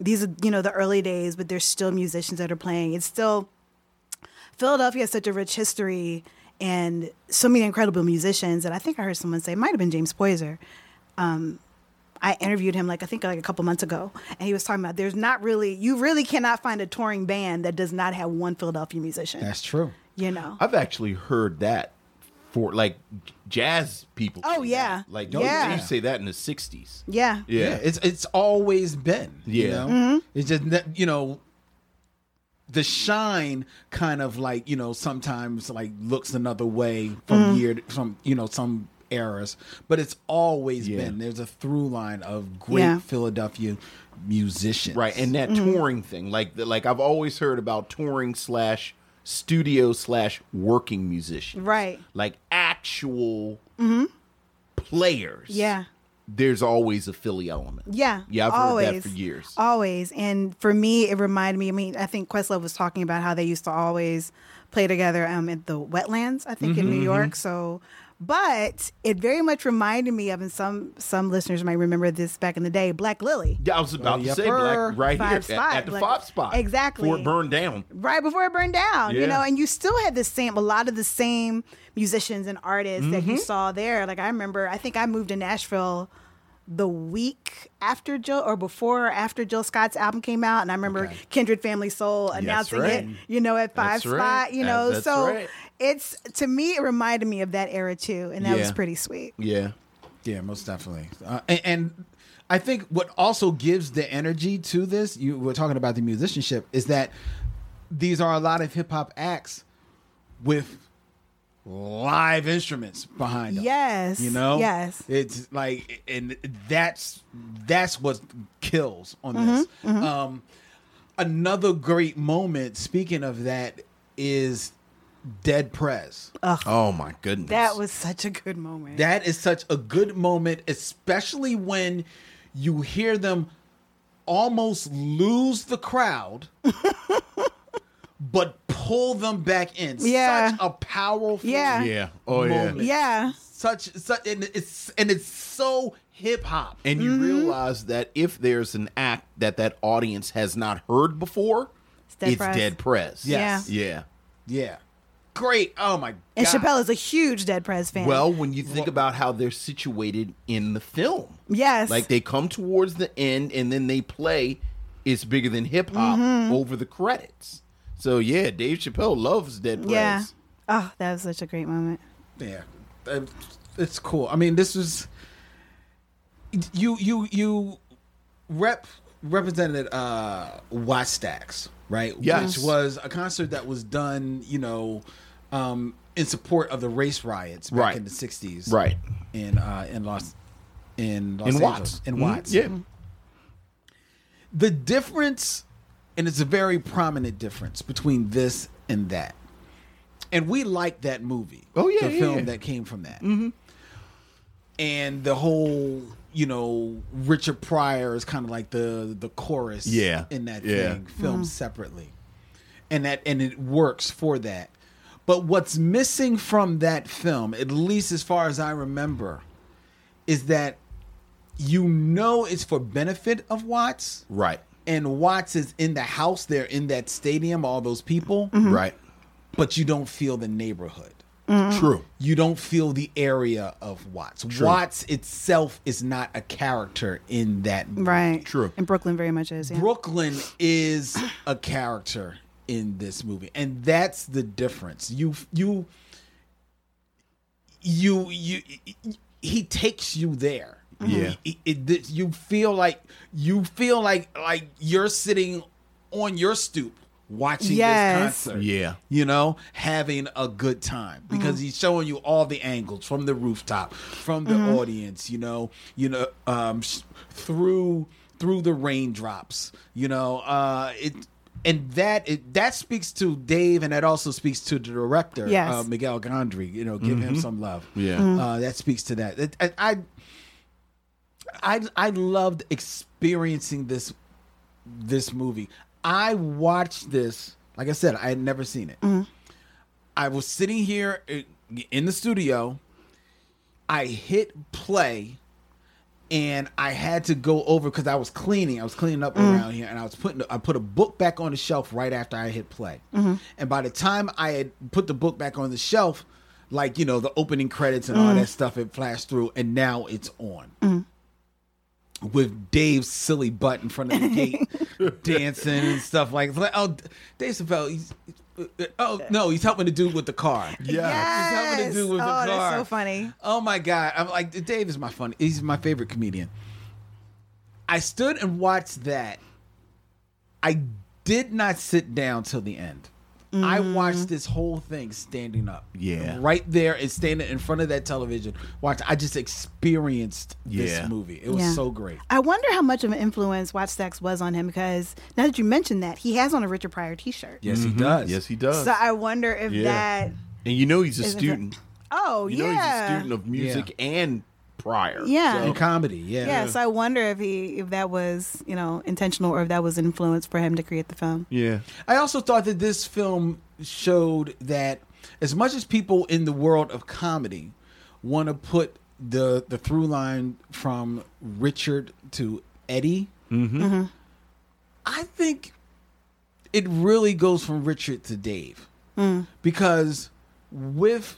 Speaker 3: these are, you know, the early days, but there's still musicians that are playing. It's still, Philadelphia has such a rich history and so many incredible musicians. And I think I heard someone say, it might have been James Poyser. Um, I interviewed him like I think like a couple months ago, and he was talking about there's not really you really cannot find a touring band that does not have one Philadelphia musician.
Speaker 2: That's
Speaker 1: true.
Speaker 3: You know.
Speaker 2: I've actually heard that for like j- jazz people.
Speaker 3: Oh yeah.
Speaker 2: Like
Speaker 3: yeah.
Speaker 2: don't you say that in the '60s.
Speaker 3: Yeah.
Speaker 2: Yeah.
Speaker 1: It's it's always been. You
Speaker 2: Yeah.
Speaker 1: know?
Speaker 2: Mhm.
Speaker 1: It's just that, you know the shine kind of like, you know, sometimes like looks another way from
Speaker 2: Mm.
Speaker 1: year to, from you know, some eras, but it's always been there's a through line of great
Speaker 2: Yeah.
Speaker 1: Philadelphia musicians.
Speaker 2: Right, and that
Speaker 3: Mm-hmm.
Speaker 2: touring thing, like the, like I've always heard about touring slash studio slash working musicians,
Speaker 3: Right.
Speaker 2: like actual
Speaker 3: Mm-hmm.
Speaker 2: players.
Speaker 3: Yeah.
Speaker 2: There's always a Philly element.
Speaker 3: Yeah.
Speaker 2: yeah, I've
Speaker 3: always, Uh,
Speaker 2: heard that for years.
Speaker 3: Always. And for me, it reminded me, I mean, I think Questlove was talking about how they used to always play together um, at the wetlands, I think, in New
Speaker 2: Mm-hmm,
Speaker 12: Mhm,
Speaker 3: York.
Speaker 12: mhm.
Speaker 3: So, but it very much reminded me of, and some some listeners might remember this back in the day, Black Lily.
Speaker 2: Yeah, I was about to
Speaker 1: yep.
Speaker 2: say black right
Speaker 3: Uh, Five
Speaker 2: here at-
Speaker 3: Spot,
Speaker 2: at, the
Speaker 3: Black-
Speaker 2: five spot,
Speaker 3: Exactly.
Speaker 2: before it burned down.
Speaker 3: right before it burned down, you
Speaker 2: Yeah.
Speaker 3: know, and you still had the same, a lot of the same musicians and artists that you
Speaker 12: Mhm.
Speaker 3: saw there. Like I remember, I think I moved to Nashville the week after Jill or before or after Jill Scott's album came out, and I remember Kindred Family Soul announcing
Speaker 12: right.
Speaker 3: it, you know, at Five
Speaker 12: That's right.
Speaker 3: Spot, you know,
Speaker 12: That's
Speaker 3: so
Speaker 12: right.
Speaker 3: it's to me it reminded me of that era too, and that was pretty sweet.
Speaker 2: Yeah.
Speaker 1: Yeah, most definitely. Uh, and, and I think what also gives the energy to this, you were talking about the musicianship, is that these are a lot of hip hop acts with live instruments behind them.
Speaker 3: Yes,
Speaker 1: You know?
Speaker 3: yes.
Speaker 1: It's like and that's that's what kills on this.
Speaker 3: Mm-hmm,
Speaker 12: Mhm, mhm.
Speaker 1: Um another great moment speaking of that is Dead Prez.
Speaker 2: Oh my goodness.
Speaker 3: That was such a good moment.
Speaker 1: That is such a good moment, especially when you hear them almost lose the crowd, but pull them back in.
Speaker 3: Yeah.
Speaker 1: Such a powerful
Speaker 3: Yeah.
Speaker 2: Yeah. Oh, yeah.
Speaker 1: moment.
Speaker 3: Yeah.
Speaker 1: Such such and it's and it's so hip hop.
Speaker 2: and you
Speaker 3: Mm-hmm.
Speaker 2: realize that if there's an act that that audience has not heard before, it's
Speaker 3: Dead
Speaker 2: Dead,
Speaker 3: Prez.
Speaker 2: Press. Prez.
Speaker 3: Yes.
Speaker 2: Yeah.
Speaker 1: Yeah. Great. Oh my
Speaker 3: And Chappelle is a huge Dead Prez fan.
Speaker 2: Well, when you think about how they're situated in the film,
Speaker 3: yes,
Speaker 2: like they come towards the end and then they play It's Bigger Than Hip Hop
Speaker 3: Mhm.
Speaker 2: over the credits. So, yeah, Dave Chappelle loves Dead Prez.
Speaker 3: yeah. Oh, that was such a great moment.
Speaker 1: Yeah. Uh, It's cool. I mean, this was you you you rep represented uh Watt Stacks, right?
Speaker 2: Yes.
Speaker 1: Which was a concert that was done, you know, um, in support of the race riots back
Speaker 2: Right.
Speaker 1: in the '60s,
Speaker 2: Right.
Speaker 1: In uh, in Los in Los
Speaker 2: In
Speaker 1: Angeles.
Speaker 2: Watts.
Speaker 1: in
Speaker 2: Mhm.
Speaker 1: Watts,
Speaker 2: Yeah.
Speaker 3: Mm-hmm.
Speaker 1: The difference, and it's a very prominent difference between this and that, and we like that movie.
Speaker 2: Oh, yeah,
Speaker 1: the
Speaker 2: yeah,
Speaker 1: film
Speaker 2: yeah. Mm-hmm.
Speaker 1: that came from that, and the whole you know Richard Pryor is kind of like the the chorus,
Speaker 2: Yeah.
Speaker 1: in that
Speaker 2: Yeah.
Speaker 1: thing, filmed separately, and that and it works for that. But what's missing from that film, at least as far as I remember, is that you know it's for benefit of Watts,
Speaker 2: Right.
Speaker 1: and Watts is in the house, they're in that stadium, all those people,
Speaker 2: Right.
Speaker 1: but you don't feel the neighborhood.
Speaker 3: Mm-hmm.
Speaker 2: True.
Speaker 1: You don't feel the area of Watts.
Speaker 2: True.
Speaker 1: Watts itself is not a character in that movie.
Speaker 3: Right. True. And Brooklyn very much is. Yeah.
Speaker 1: Brooklyn is a character in this movie, and that's the difference. You you you you. He takes you there.
Speaker 2: Yeah.
Speaker 1: It- it- it- you feel like you feel like like you're sitting on your stoop watching
Speaker 3: Yes.
Speaker 1: this concert.
Speaker 2: Yeah.
Speaker 1: You know, having a good time because he's showing you all the angles from the rooftop, from the audience, you know, you know, um, sh- through through the raindrops, you know, uh, it and that it, that speaks to Dave and that also speaks to the director,
Speaker 3: Yes.
Speaker 1: uh, Miguel Gondry. You know, give him some love.
Speaker 2: Yeah.
Speaker 1: uh, that speaks to that. It- I- I I I loved experiencing this this movie. I watched this, like I said, I had never seen it. I was sitting here i- in the studio. I hit play and I had to go over because I was cleaning. I was cleaning up around here and I was putting, I put a book back on the shelf right after I hit play. And by the time I had put the book back on the shelf, like, you know, the opening credits and all that stuff, it flashed through and now it's on with Dave's silly butt in front of the gate, dancing and stuff like, it's like oh, Dave Chappelle, he's, oh no, he's helping the dude with the car. He's helping the
Speaker 3: Yes.
Speaker 1: dude
Speaker 3: Oh,
Speaker 1: with the car.
Speaker 3: that's so funny.
Speaker 1: Oh my god, I'm like Dave is my fun. He's my favorite comedian. I stood and watched that. I did not sit down till the end. I
Speaker 3: Mm-hmm.
Speaker 1: watched this whole thing standing up.
Speaker 2: Yeah.
Speaker 1: Right there and standing in front of that television. Watch I just experienced
Speaker 2: Yeah.
Speaker 1: this movie. It was
Speaker 3: Yeah.
Speaker 1: so great.
Speaker 3: I wonder how much of an influence Watch Stacks was on him because now that you mentioned that, he has on a Richard Pryor t shirt.
Speaker 1: Yes, he does.
Speaker 2: Mm-hmm. Yes, he does.
Speaker 3: So I wonder if
Speaker 2: Yeah.
Speaker 3: that.
Speaker 2: and you know he's a
Speaker 3: Isn't it-
Speaker 2: student.
Speaker 3: Oh,
Speaker 2: You know
Speaker 3: yeah.
Speaker 2: he's a student of music and prior.
Speaker 3: Yeah.
Speaker 1: In comedy, yeah.
Speaker 3: yeah, so I wonder if he if that was you know intentional or if that was influence for him to create the film.
Speaker 2: Yeah.
Speaker 1: I also thought that this film showed that as much as people in the world of comedy want to put the the through line from Richard to Eddie, I think it really goes from Richard to Dave because with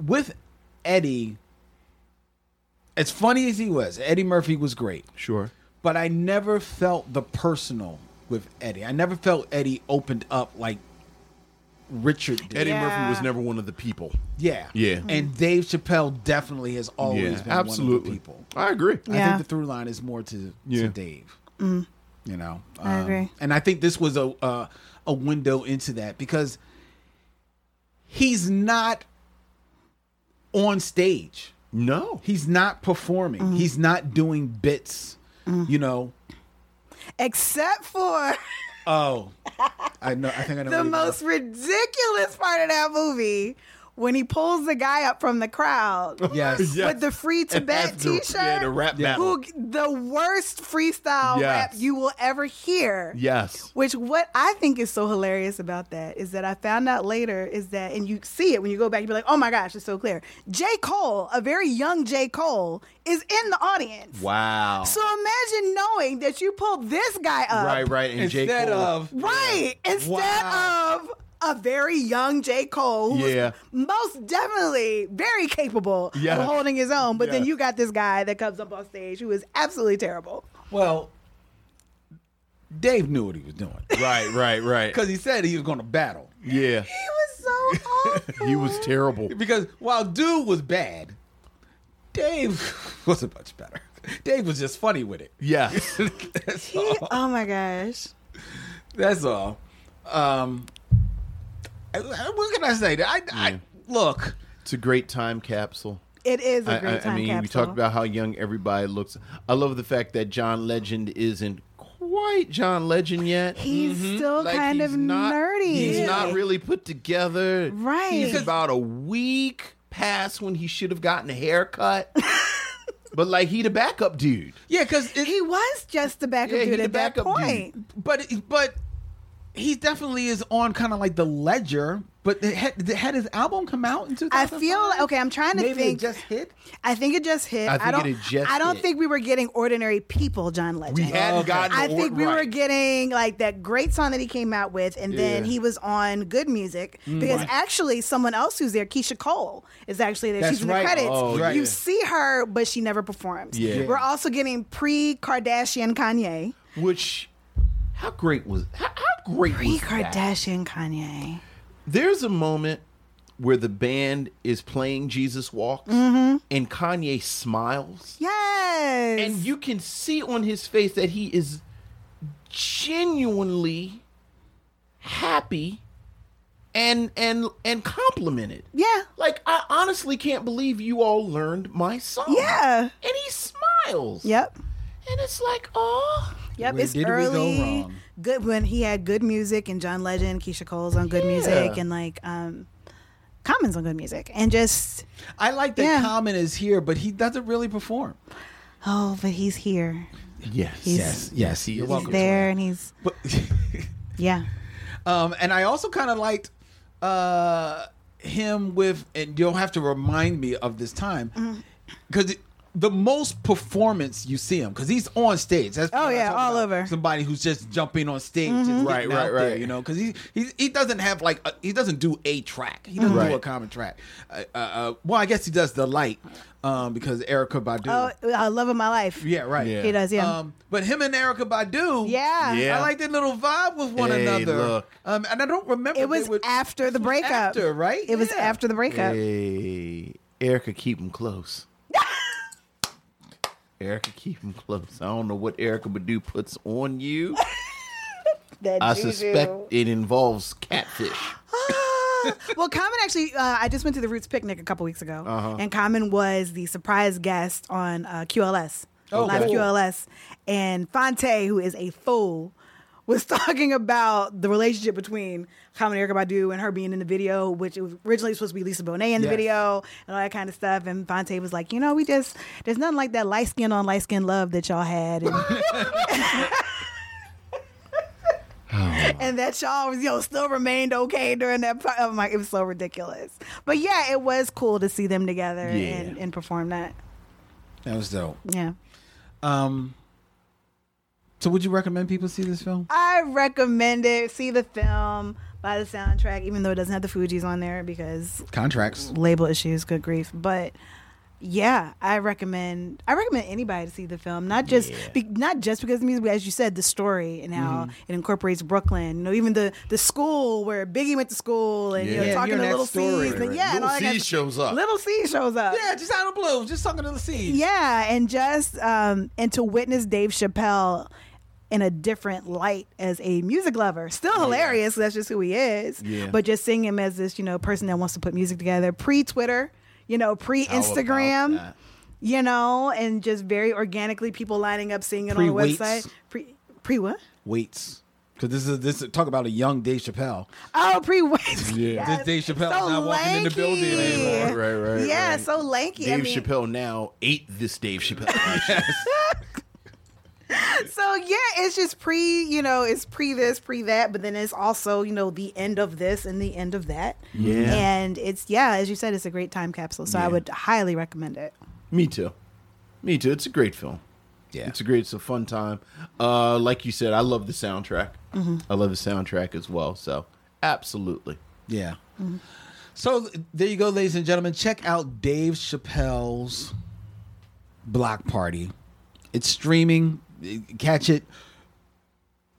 Speaker 1: with Eddie, as funny as he was, Eddie Murphy was great
Speaker 2: Sure.
Speaker 1: but I never felt the personal with Eddie. I never felt Eddie opened up like Richard did.
Speaker 2: Eddie Murphy
Speaker 3: Yeah.
Speaker 2: was never one of the people.
Speaker 1: yeah,
Speaker 2: Yeah.
Speaker 3: Mm-hmm.
Speaker 1: And Dave Chappelle definitely has always been
Speaker 2: Yeah,
Speaker 1: one of the
Speaker 2: absolutely.
Speaker 1: people.
Speaker 2: I agree.
Speaker 1: I
Speaker 3: Yeah. Mm.
Speaker 1: think the through line is more to,
Speaker 2: Yeah.
Speaker 1: to Dave. You know, Um,
Speaker 3: I agree.
Speaker 1: And I think this was a uh, a window into that because he's not on stage.
Speaker 2: No.
Speaker 1: He's not performing.
Speaker 3: Mm-hmm.
Speaker 1: He's not doing bits. You know,
Speaker 3: Except for
Speaker 1: Oh, I know. I think I know.
Speaker 3: the
Speaker 1: what you're
Speaker 3: most ridiculous part of that movie when he pulls the guy up from the crowd
Speaker 2: Oh,
Speaker 1: talking about. Yes.
Speaker 3: with the free Tibet
Speaker 2: that's the-
Speaker 3: t
Speaker 2: yeah,
Speaker 3: shirt.
Speaker 2: the rap
Speaker 1: Yeah.
Speaker 2: battle.
Speaker 3: Who the worst freestyle
Speaker 2: Yes.
Speaker 3: rap you will ever hear.
Speaker 2: Yes.
Speaker 3: Which what I think is so hilarious about that is that I found out later is that and you see it when you go back, you be like, oh my gosh, it's so clear. J. Cole, a very young J. Cole, is in the audience.
Speaker 2: Wow.
Speaker 3: So imagine knowing that you pulled this guy up.
Speaker 2: right, right. And J.
Speaker 1: Instead
Speaker 2: Cole.
Speaker 1: of
Speaker 3: Right. Instead
Speaker 1: Wow.
Speaker 3: of a very young J. Cole who
Speaker 2: Yeah.
Speaker 3: was most definitely very capable
Speaker 2: Yeah.
Speaker 3: of holding his own. But then
Speaker 2: Yeah.
Speaker 3: you got this guy that comes up on stage who is absolutely terrible.
Speaker 1: well, Dave knew what he was doing
Speaker 2: Right, right, right.
Speaker 1: because he said he was going to battle.
Speaker 2: Yeah.
Speaker 3: He was so awful.
Speaker 2: He was terrible.
Speaker 1: Because while dude was bad, Dave wasn't much better. Dave was just funny with it.
Speaker 2: Yes.
Speaker 1: That's
Speaker 3: He-
Speaker 1: all.
Speaker 3: oh my gosh.
Speaker 1: That's all. Um, I- I- What can I say? I, I look.
Speaker 2: It's a great time capsule.
Speaker 3: It is a
Speaker 2: I-
Speaker 3: great
Speaker 2: I,
Speaker 3: time
Speaker 2: I mean, we
Speaker 3: capsule.
Speaker 2: talked about how young everybody looks. I love the fact that John Legend isn't quite John Legend yet.
Speaker 3: He's still
Speaker 2: Mm-hmm. Like,
Speaker 3: kind
Speaker 2: he's
Speaker 3: of
Speaker 2: not-
Speaker 3: nerdy.
Speaker 2: He's not really put together.
Speaker 3: Right.
Speaker 2: He's about a week past when he should have gotten a haircut. but like he the backup dude.
Speaker 1: Yeah, because
Speaker 3: he was just the backup
Speaker 2: Yeah, he
Speaker 3: dude
Speaker 2: the
Speaker 3: at that
Speaker 2: backup dude.
Speaker 3: point.
Speaker 1: But but he definitely is on kind of like the ledger. But the- had, the- had his album come out in 2005?
Speaker 3: I feel okay. I'm trying to
Speaker 1: Maybe it
Speaker 3: think.
Speaker 1: just hit.
Speaker 3: I think it just hit.
Speaker 2: I think
Speaker 3: don't.
Speaker 2: it had just
Speaker 3: I don't
Speaker 2: hit.
Speaker 3: think we were getting ordinary people, John Legend.
Speaker 2: We hadn't gotten
Speaker 3: I
Speaker 2: to
Speaker 3: think
Speaker 2: or-
Speaker 3: we were
Speaker 2: right.
Speaker 3: getting like that great song that he came out with, and then
Speaker 2: Yeah.
Speaker 3: he was on Good Music
Speaker 2: Mm.
Speaker 3: because
Speaker 2: Right.
Speaker 3: actually someone else who's there, Keisha Cole, is actually there.
Speaker 1: That's
Speaker 3: She's in
Speaker 1: right.
Speaker 3: the credits.
Speaker 1: Oh, right.
Speaker 3: You
Speaker 1: yeah.
Speaker 3: see her, but she never performs.
Speaker 2: Yeah.
Speaker 3: We're also getting pre-Kardashian Kanye,
Speaker 2: Which how great was how, how great was that?
Speaker 3: pre-Kardashian Kanye.
Speaker 2: There's a moment where the band is playing Jesus Walks and Kanye smiles.
Speaker 3: Mm-hmm. Yes.
Speaker 2: And you can see on his face that he is genuinely happy and and and complimented.
Speaker 3: Yeah.
Speaker 2: Like I honestly can't believe you all learned my song.
Speaker 3: Yeah.
Speaker 2: And he smiles.
Speaker 3: Yep.
Speaker 2: And it's like, oh,
Speaker 3: Yep,
Speaker 1: Where
Speaker 3: it's
Speaker 1: did we go
Speaker 3: early.
Speaker 1: wrong?
Speaker 3: Good when he had good music and John Legend, Keisha Cole's on good music, and like um, Common's on good music, and just
Speaker 1: I like that
Speaker 3: Yeah.
Speaker 1: Common is here, but he doesn't really perform.
Speaker 3: oh, but he's here,
Speaker 2: yes,
Speaker 3: He's-
Speaker 1: yes, yes.
Speaker 2: He
Speaker 1: You're
Speaker 2: is
Speaker 1: welcome.
Speaker 3: there, and he's
Speaker 1: But-
Speaker 3: yeah,
Speaker 1: Um, and I also kind of liked uh, him with, and you'll have to remind me of this
Speaker 3: Mm-hmm.
Speaker 1: time, because the most performance you see him, because he's on stage. That's
Speaker 3: Oh,
Speaker 1: what I
Speaker 3: yeah,
Speaker 1: talk
Speaker 3: all
Speaker 1: about,
Speaker 3: over. Mm-hmm.
Speaker 1: Somebody who's just jumping on stage,
Speaker 2: Mhm.
Speaker 1: and
Speaker 2: Right,
Speaker 1: getting
Speaker 2: right,
Speaker 1: out there,
Speaker 2: right.
Speaker 1: You know, because he, he he doesn't have like a, he doesn't do a track. He doesn't
Speaker 2: Right.
Speaker 1: do a common track. Uh, uh, uh, well, I guess he does the light um, because Erica Badu.
Speaker 3: oh, I love of my life,
Speaker 1: Yeah, right.
Speaker 2: Yeah.
Speaker 3: He does, yeah.
Speaker 1: Um, but him and Erica Badu.
Speaker 3: Yeah.
Speaker 2: Yeah.
Speaker 1: I like their little vibe with one
Speaker 2: Hey,
Speaker 1: another.
Speaker 2: look.
Speaker 1: Um, and I don't remember.
Speaker 3: It was
Speaker 1: they were-
Speaker 3: after the breakup,
Speaker 1: after, right?
Speaker 3: It was
Speaker 1: Yeah.
Speaker 3: after the breakup.
Speaker 2: Hey, Erica, keep him close. Erica, keep him close. I don't know what Erica Badu puts on you.
Speaker 3: That
Speaker 2: I
Speaker 3: juju.
Speaker 2: suspect it involves catfish.
Speaker 3: well, Common actually, uh, I just went to the Roots picnic a couple weeks ago,
Speaker 2: Uh-huh.
Speaker 3: and Common was the surprise guest on uh, QLS,
Speaker 1: Oh,
Speaker 3: live
Speaker 1: cool.
Speaker 3: QLS, and Fonte, who is a fool, was talking about the relationship between Common and Erica Badu and her being in the video, which it was originally supposed to be Lisa Bonet in the
Speaker 1: Yes.
Speaker 3: video and all that kind of stuff. And Fonte was like, you know, we just there's nothing like that light skin on light skin love that y'all had. And, and that y'all was yo still remained okay during that part. Oh my, it was so ridiculous. But yeah, it was cool to see them together
Speaker 2: Yeah.
Speaker 3: and, and perform that.
Speaker 1: That was dope.
Speaker 3: Yeah.
Speaker 1: Um, so would you recommend people see this film?
Speaker 3: I recommend it. See the film, buy the soundtrack, even though it doesn't have the Fuji's on there because
Speaker 1: Contracts.
Speaker 3: label issues, good grief. But yeah, I recommend I recommend anybody to see the film, not just be, not just because of the music, but as you said, the story and how
Speaker 2: Mm-hmm.
Speaker 3: it incorporates Brooklyn. You know, even the the school where Biggie went to school, and
Speaker 2: Yeah.
Speaker 3: you know,
Speaker 2: Yeah,
Speaker 3: talking
Speaker 1: hearing
Speaker 3: to
Speaker 1: that
Speaker 3: Little C,
Speaker 1: story.
Speaker 3: and yeah, and
Speaker 2: Little
Speaker 3: all that
Speaker 2: C
Speaker 3: kind of-
Speaker 2: shows up.
Speaker 3: Little C shows up.
Speaker 1: Yeah, just out of the blue, just talking to the scene.
Speaker 3: Yeah, and just um, and to witness Dave Chappelle in a different light as a music lover, still hilarious. That's just who he is.
Speaker 2: Yeah.
Speaker 3: But just seeing him as this, you know, person that wants to put music together pre Twitter, you know, pre
Speaker 2: How about
Speaker 3: Instagram,
Speaker 2: that?
Speaker 3: you know, and just very organically people lining up, seeing it on the
Speaker 1: Pre-weights.
Speaker 3: website. Pre pre what?
Speaker 1: Waits. Because this is this is- talk about a young Dave Chappelle.
Speaker 3: Oh, pre weights.
Speaker 1: This Dave Chappelle
Speaker 3: So
Speaker 1: is not walking in the
Speaker 3: lanky.
Speaker 1: building anymore.
Speaker 2: Right, right, right.
Speaker 3: yeah,
Speaker 2: right.
Speaker 3: so lanky.
Speaker 2: Dave
Speaker 3: I mean,
Speaker 2: Chappelle now ate this Dave Chappelle.
Speaker 3: So yeah, it's just pre, you know, it's pre this, pre that, but then it's also, you know, the end of this and the end of that.
Speaker 2: Yeah.
Speaker 3: And it's yeah, as you said, it's a great time capsule. So I
Speaker 2: Yeah.
Speaker 3: would highly recommend it.
Speaker 2: Me too. Me too. It's a great film.
Speaker 1: Yeah.
Speaker 2: It's a great, it's a fun time. Uh, like you said, I love the soundtrack.
Speaker 3: Mm-hmm.
Speaker 2: I love the soundtrack as well. So, absolutely.
Speaker 1: Yeah. So th- there you go, ladies and gentlemen. Check out Dave Chappelle's Block Party. It's streaming. Eh, Catch it.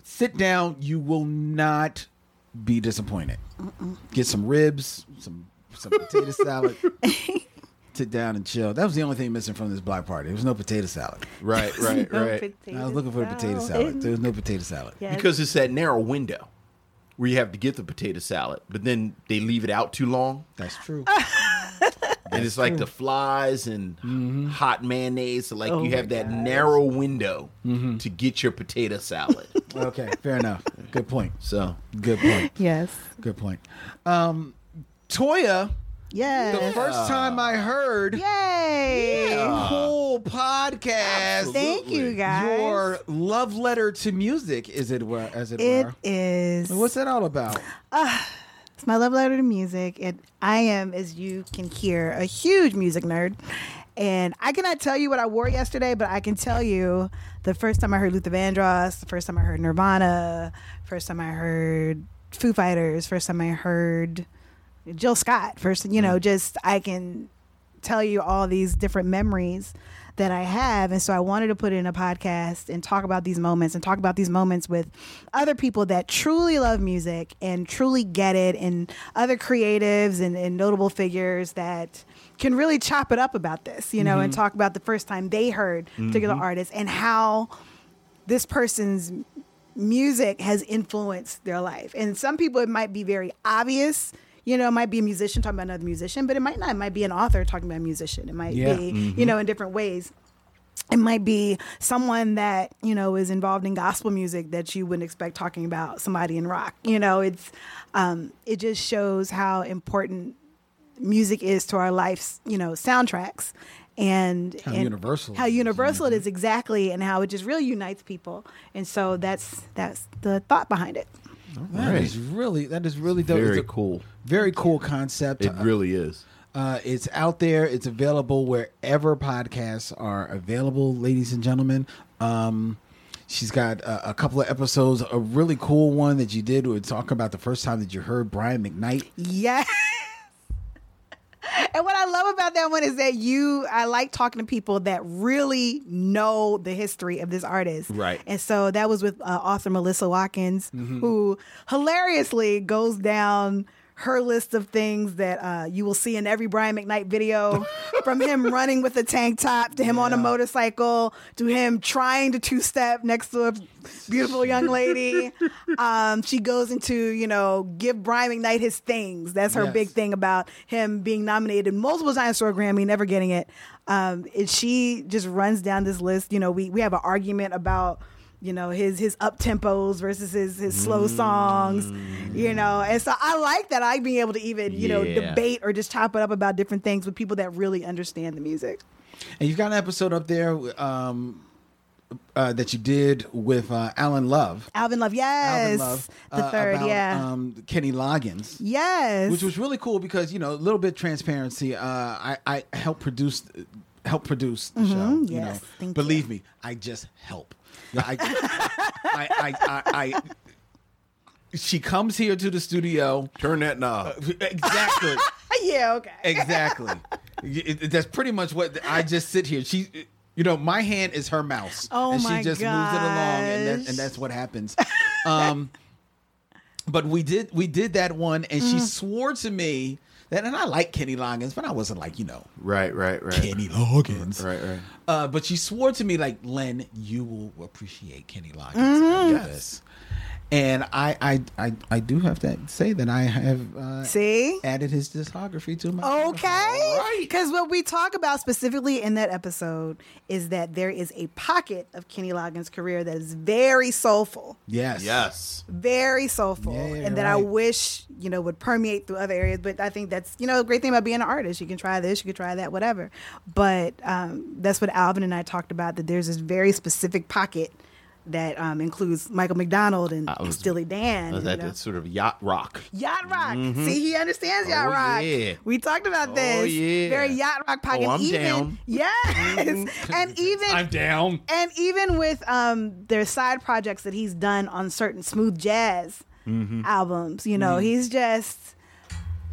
Speaker 1: Sit down. You will not be disappointed. Get some ribs, some some potato salad. Sit down and chill. That was the only thing missing from this block party. There was no potato salad.
Speaker 2: Right, right,
Speaker 3: No
Speaker 2: right.
Speaker 3: potato
Speaker 1: I was looking for the potato salad. There was no potato salad.
Speaker 3: Yes.
Speaker 2: Because it's that narrow window where you have to get the potato salad, but then they leave it out too long.
Speaker 1: That's true.
Speaker 2: and it's like the flies and hot mayonnaise. So like
Speaker 1: Oh
Speaker 2: you
Speaker 1: my
Speaker 2: have that narrow window to get your potato salad.
Speaker 1: okay, fair enough. Good point.
Speaker 2: So
Speaker 1: good point.
Speaker 3: Yes.
Speaker 1: Good point. Um, Toya, the
Speaker 3: Yes.
Speaker 1: first time I heard,
Speaker 3: yay,
Speaker 1: whole podcast.
Speaker 3: Thank you guys.
Speaker 1: Your love letter to music, is it were as it,
Speaker 3: It
Speaker 1: were.
Speaker 3: is.
Speaker 1: What's that all about?
Speaker 3: It's my love letter to music, and I am, as you can hear, a huge music nerd. And I cannot tell you what I wore yesterday, but I can tell you the first time I heard Luther Vandross, the first time I heard Nirvana, first time I heard Foo Fighters, first time I heard Jill Scott, first, you know, just I can tell you all these different memories that I have. And so I wanted to put in a podcast and talk about these moments and talk about these moments with other people that truly love music and truly get it, and other creatives and, and notable figures that can really chop it up about this, you know, and
Speaker 13: Mhm.
Speaker 3: talk about the first time they heard particular
Speaker 13: Mhm.
Speaker 3: artists and how this person's music has influenced their life. And some people, it might be very obvious. You know, it might be a musician talking about another musician, but it might not. It might be an author talking about a musician. It might
Speaker 13: Yeah.
Speaker 3: be,
Speaker 13: Mhm.
Speaker 3: you know, in different ways. It might be someone that, you know, is involved in gospel music that you wouldn't expect talking about somebody in rock. You know, it's, um, it just shows how important music is to our life's, you know, soundtracks. And
Speaker 1: How
Speaker 3: and
Speaker 1: universal
Speaker 3: how
Speaker 1: it is.
Speaker 3: universal it is exactly, and how it just really unites people. And so that's that's the thought behind it.
Speaker 1: That
Speaker 2: Right.
Speaker 1: is really that is really dope.
Speaker 2: Very
Speaker 1: It's a
Speaker 2: cool.
Speaker 1: Very cool concept.
Speaker 2: It really is.
Speaker 1: Uh, it's out there. It's available wherever podcasts are available, ladies and gentlemen. Um, she's got uh, a couple of episodes. A really cool one that you did would talk about the first time that you heard Brian McKnight.
Speaker 3: Yes. And what I love about that one is that you, I like talking to people that really know the history of this artist.
Speaker 13: Right.
Speaker 3: And so that was with uh, author Melissa Watkins,
Speaker 13: Mhm.
Speaker 3: who hilariously goes down her list of things that uh, you will see in every Brian McKnight video from him running with a tank top to him on a motorcycle to him trying to two step next to a beautiful young lady. um, she goes into, you know, give Brian McKnight his things. That's her
Speaker 13: Yes.
Speaker 3: big thing about him being nominated multiple times for a Grammy, never getting it. Um, and she just runs down this list. You know, we, we have an argument about, you know, his his up tempos versus his, his slow
Speaker 1: Mm.
Speaker 3: songs, you know. And so I like that I being able to even, you know,
Speaker 1: Yeah.
Speaker 3: debate or just chop it up about different things with people that really understand the music.
Speaker 1: And you've got an episode up there um, uh, that you did with uh, Alan Love.
Speaker 3: Alvin Love, yes.
Speaker 1: Alvin Love.
Speaker 3: the
Speaker 1: uh,
Speaker 3: third,
Speaker 1: about,
Speaker 3: yeah.
Speaker 1: Um, Kenny Loggins.
Speaker 3: yes.
Speaker 1: which was really cool because you know a little bit transparency. Uh, I I help produce help produce the show.
Speaker 3: Mhm,
Speaker 1: You
Speaker 3: yes,
Speaker 1: know,
Speaker 3: thank
Speaker 1: believe me, I just help. I, I, I, I, I she comes here to the studio.
Speaker 2: Turn that knob.
Speaker 1: exactly.
Speaker 3: Ah, yeah, okay.
Speaker 1: Exactly. Y- it- That's pretty much what I just sit here. She, you know, my hand is her mouse,
Speaker 3: Oh
Speaker 1: and
Speaker 3: my
Speaker 1: she just moves it along, and, that,
Speaker 3: gosh.
Speaker 1: and that's what happens. Um, but we did we did that one, and she
Speaker 3: Mm.
Speaker 1: swore to me that, and I like Kenny Loggins, but I wasn't like you know,
Speaker 2: Right, right, right.
Speaker 1: Kenny Loggins.
Speaker 2: Right, right.
Speaker 1: uh, but she swore to me like, Len, you will appreciate Kenny Loggins.
Speaker 3: Mhm.
Speaker 1: after this." And I, I, I, I do have to say that I have uh,
Speaker 3: see
Speaker 1: added his discography to my
Speaker 3: Okay. Because what we talk about specifically in that episode is that there is a pocket of Kenny Loggins' career that is very soulful,
Speaker 1: Yes.
Speaker 2: Yes.
Speaker 3: very soulful, and that I
Speaker 1: right.
Speaker 3: wish, you know, would permeate through other areas. But I think that's, you know, the great thing about being an artist. You can try this, you can try that, whatever. But um, that's what Alvin and I talked about that there's this very specific pocket that um, includes Michael McDonald and
Speaker 2: I was-
Speaker 3: Steely Dan.
Speaker 2: That,
Speaker 3: you
Speaker 2: that,
Speaker 3: know.
Speaker 2: that's sort of yacht rock.
Speaker 3: Yacht Rock.
Speaker 2: Mhm.
Speaker 3: See, he understands Yacht
Speaker 2: Oh,
Speaker 3: Rock.
Speaker 2: yeah.
Speaker 3: We talked about
Speaker 2: Oh,
Speaker 3: this.
Speaker 2: yeah.
Speaker 3: Very Yacht Rock pocket.
Speaker 2: Oh, I'm
Speaker 3: even,
Speaker 2: down.
Speaker 3: Yes. and even
Speaker 1: down.
Speaker 3: and even with um their side projects that he's done on certain smooth jazz
Speaker 13: Mhm.
Speaker 3: albums, you know,
Speaker 13: Mhm.
Speaker 3: he's just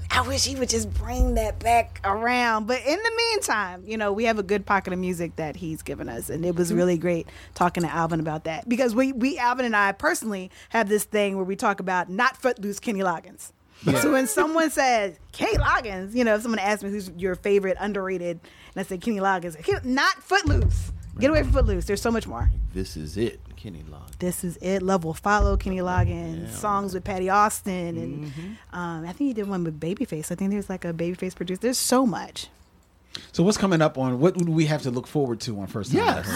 Speaker 3: I wish he would just bring that back around. But in the meantime, you know, we have a good pocket of music that he's given us. And it was
Speaker 13: Mhm.
Speaker 3: really great talking to Alvin about that. Because we, we Alvin and I personally have this thing where we talk about not footloose Kenny Loggins.
Speaker 13: Yeah.
Speaker 3: So when someone says Kenny Loggins, you know, if someone asks me who's your favorite underrated, and I say Kenny Loggins, "He- not Footloose. Get away from Footloose. There's so much more.
Speaker 2: This is it, Kenny Loggins.
Speaker 3: This is it. Love will follow. Kenny Loggins songs with Patty Austin, and um, I think he did one with Babyface. I think there's like a Babyface producer. There's so much.
Speaker 1: So what's coming up on? What would we have to look forward to on first? Time
Speaker 3: Yes.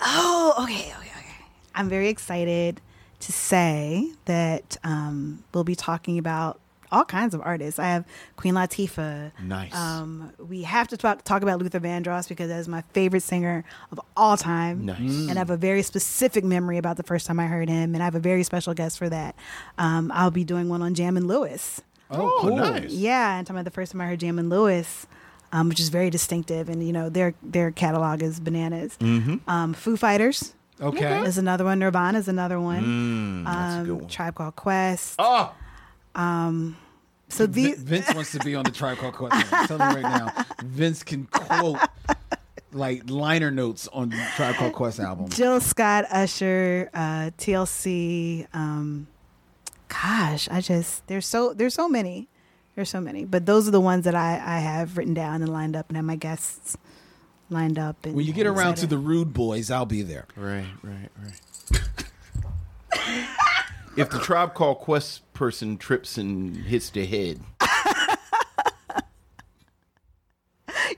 Speaker 3: Oh, okay, okay, okay. I'm very excited to say that um, we'll be talking about all kinds of artists. I have Queen Latifah.
Speaker 2: Nice.
Speaker 3: Um, we have to talk, talk about Luther Vandross because that is my favorite singer of all time.
Speaker 2: Nice.
Speaker 3: And I have a very specific memory about the first time I heard him, and I have a very special guest for that. Um, I'll be doing one on Jam and Lewis.
Speaker 1: Oh, cool. nice.
Speaker 3: Yeah, and talking about the first time I heard Jam and Lewis, um, which is very distinctive, and you know their their catalog is bananas.
Speaker 2: Mhm.
Speaker 3: Um, Foo Fighters,
Speaker 1: Okay.
Speaker 3: is another one. Nirvana is another one.
Speaker 1: Mm, that's a
Speaker 3: um,
Speaker 1: good one.
Speaker 3: Tribe Called Quest.
Speaker 2: Oh,
Speaker 3: um, so
Speaker 1: Vin-
Speaker 3: these
Speaker 1: Vince wants to be on the Tribe Called Quest. I'm telling you right now, Vince can quote like liner notes on the Tribe Called Quest album.
Speaker 3: Jill Scott, Usher, uh, TLC. Um, gosh, I just there's so there's so many, there's so many. But those are the ones that I I have written down and lined up, and have my guests lined up. And
Speaker 1: When you get around to
Speaker 3: excited.
Speaker 1: the Rude Boys, I'll be there.
Speaker 2: Right, right, right. if the tribe called quest person trips and hits the head,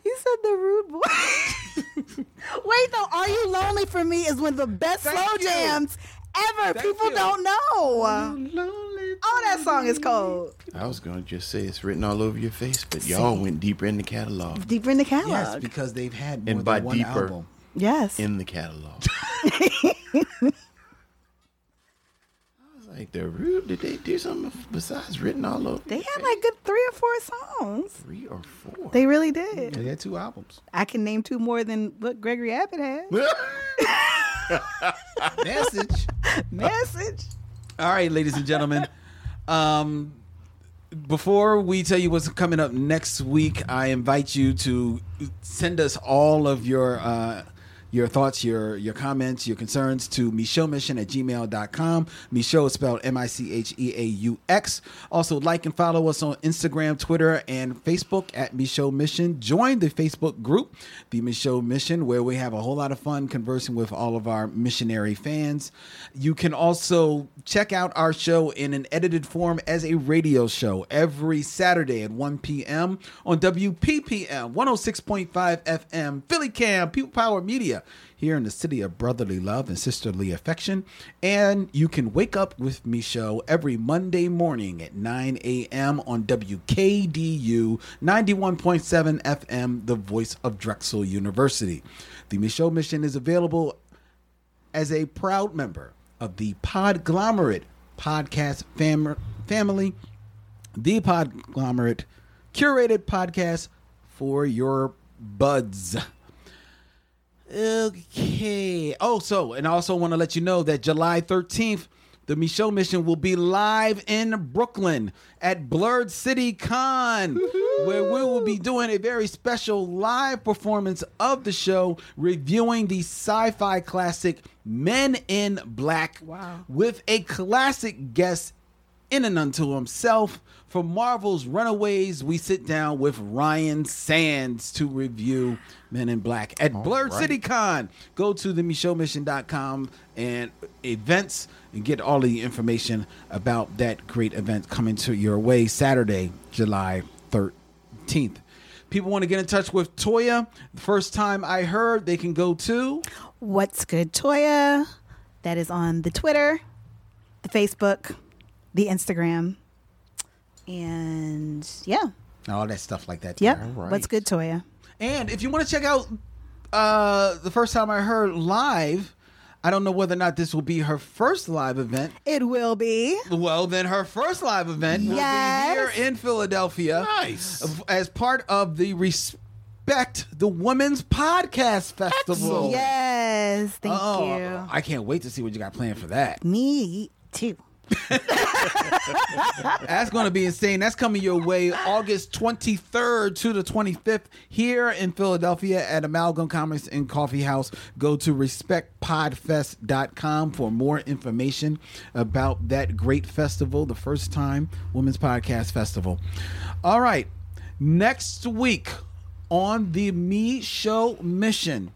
Speaker 3: you said the rude boy. Wait though, are you lonely for me is one of the best slow jams ever. People don't know. Oh, that song is cold.
Speaker 2: I was gonna just say it's written all over your face, but y'all went deeper in the catalog.
Speaker 3: Deeper in the catalog.
Speaker 1: Yes, because they've had more
Speaker 2: And by
Speaker 1: than one
Speaker 2: deeper,
Speaker 1: album.
Speaker 3: Yes.
Speaker 2: in the catalog. I was like, the rude. Did they do something besides written all over?
Speaker 3: They had like good three or four songs.
Speaker 2: Three or four.
Speaker 3: They really did.
Speaker 1: They had two albums.
Speaker 3: I can name two more than what Gregory Abbott had.
Speaker 1: Message.
Speaker 3: Message.
Speaker 1: All right, ladies and gentlemen. Um, before we tell you what's coming up next week, I invite you to send us all of your uh, your thoughts, your your comments, your concerns to Mission at gmail.com. Michaud is spelled M I C H E A U X. Also, like and follow us on Instagram, Twitter, and Facebook at Michaud Mission. Join the Facebook group, The Michaud Mission, where we have a whole lot of fun conversing with all of our missionary fans. You can also check out our show in an edited form as a radio show every Saturday at 1 p.m. on WPPM 106.5 FM, Philly Cam, People Power Media, here in the city of brotherly love and sisterly affection. And you can wake up with me show every Monday morning at 9 a.m. on WKDU 91.7 FM, the voice of Drexel University. The Michaud Mission is available as a proud member of the Podglomerate podcast fam- family, the Podglomerate curated podcast for your buds. Okay. Oh, so, and I also want to let you know that July 13th, the Michaud Mission will be live in Brooklyn at Blurred City Con, where we will be doing a very special live performance of the show, reviewing the sci fi classic Men in Black
Speaker 3: Wow.
Speaker 1: with a classic guest in and unto himself. For Marvel's Runaways, we sit down with Ryan Sands to review Men in Black at Blurred
Speaker 2: right.
Speaker 1: City Con. Go to themishowmission.com and events and get all the information about that great event coming to your way Saturday, July 13th. People want to get in touch with Toya. The first time I heard, they can go to.
Speaker 3: What's good, Toya? That is on the Twitter, the Facebook, the Instagram, and yeah,
Speaker 1: All that stuff like that.
Speaker 3: yep.
Speaker 1: Tara.
Speaker 3: What's good, Toya?
Speaker 1: And if you want to check out uh, the first time I heard live, I don't know whether or not this will be her first live event.
Speaker 3: It will be.
Speaker 1: Well, then her first live event will
Speaker 3: Yes.
Speaker 1: be here in Philadelphia.
Speaker 2: Nice.
Speaker 1: As part of the Respect the Women's Podcast Festival.
Speaker 3: Yes, thank
Speaker 1: Oh,
Speaker 3: you.
Speaker 1: I can't wait to see what you got planned for that.
Speaker 3: Me too.
Speaker 1: That's going to be insane. That's coming your way August 23rd to the 25th here in Philadelphia at Amalgam Commerce and Coffee House. Go to respectpodfest.com for more information about that great festival, the first time Women's Podcast Festival. All right. Next week on the Me Show Mission,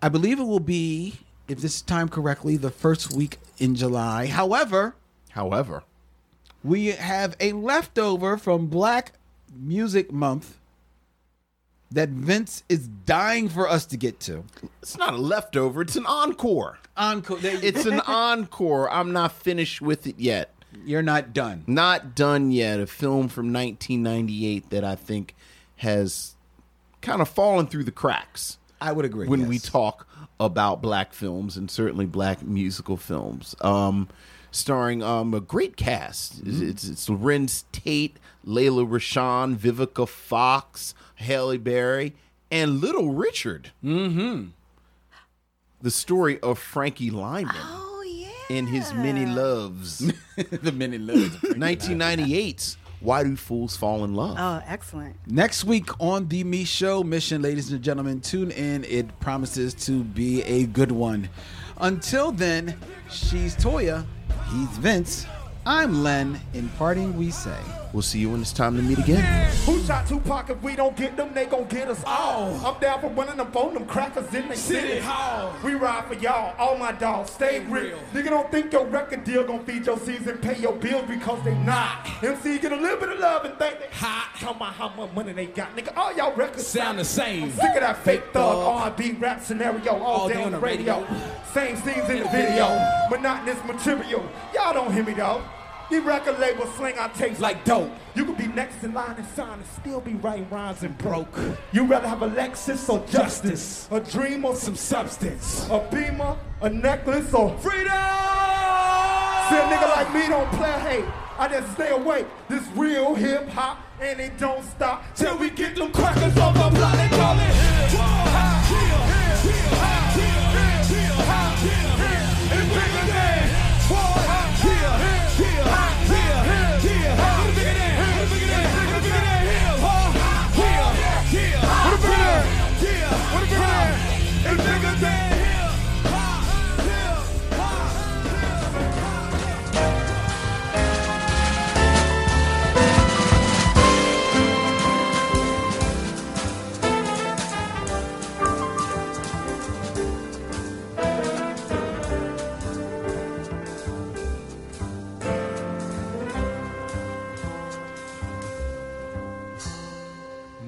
Speaker 1: I believe it will be, if this is timed correctly, the first week in July. However,
Speaker 2: however,
Speaker 1: we have a leftover from Black Music Month that Vince is dying for us to get to.
Speaker 2: It's not a leftover. It's an encore.
Speaker 1: Encore.
Speaker 2: It's an encore. I'm not finished with it yet.
Speaker 1: You're not done.
Speaker 2: Not done yet. A film from 1998 that I think has kind of fallen through the cracks.
Speaker 1: I would agree.
Speaker 2: When
Speaker 1: yes.
Speaker 2: we talk about black films and certainly black musical films, um, starring um, a great cast. It's,
Speaker 1: Mm-hmm.
Speaker 2: it's, it's Lorenz Tate, Layla Rashan, Vivica Fox, Halle Berry, and Little Richard. Mm-hmm. The story of Frankie Lyman
Speaker 3: Oh yeah.
Speaker 2: and his many loves.
Speaker 1: the many loads.
Speaker 2: 1998's Why Do Fools Fall in Love?
Speaker 3: Oh, excellent.
Speaker 1: Next week on the Me Show Mission, ladies and gentlemen, tune in. It promises to be a good one. Until then, she's Toya, he's Vince, I'm Len. In parting, we say.
Speaker 2: We'll see you when it's time to meet again.
Speaker 12: Who shot Tupac? If we don't get them, they gon' get us all. I'm down for winning them phone, them crackers in they
Speaker 14: City
Speaker 12: city.
Speaker 14: Hall.
Speaker 12: We ride for y'all, all my dogs, stay real. Nigga don't think your record deal gon' feed your season, pay your bills because they not. MC get a little bit of love and think they hot. Talking about how much money they got, nigga. All y'all records
Speaker 14: Sound the same.
Speaker 12: I'm sick of that fake thug R&B rap scenario all,
Speaker 14: All
Speaker 12: day, on the radio. Same scenes in the video, monotonous material. Y'all don't hear me though. These record labels sling our tapes like dope. You could be next in line and sign and still be writing rhymes and broke. You rather have a Lexus or justice, a dream or some substance, a beamer, a necklace or freedom. See, a nigga like me don't play hate. I just stay awake. This real hip hop, and it don't stop till we get them crackers off our block. They call it hip hop.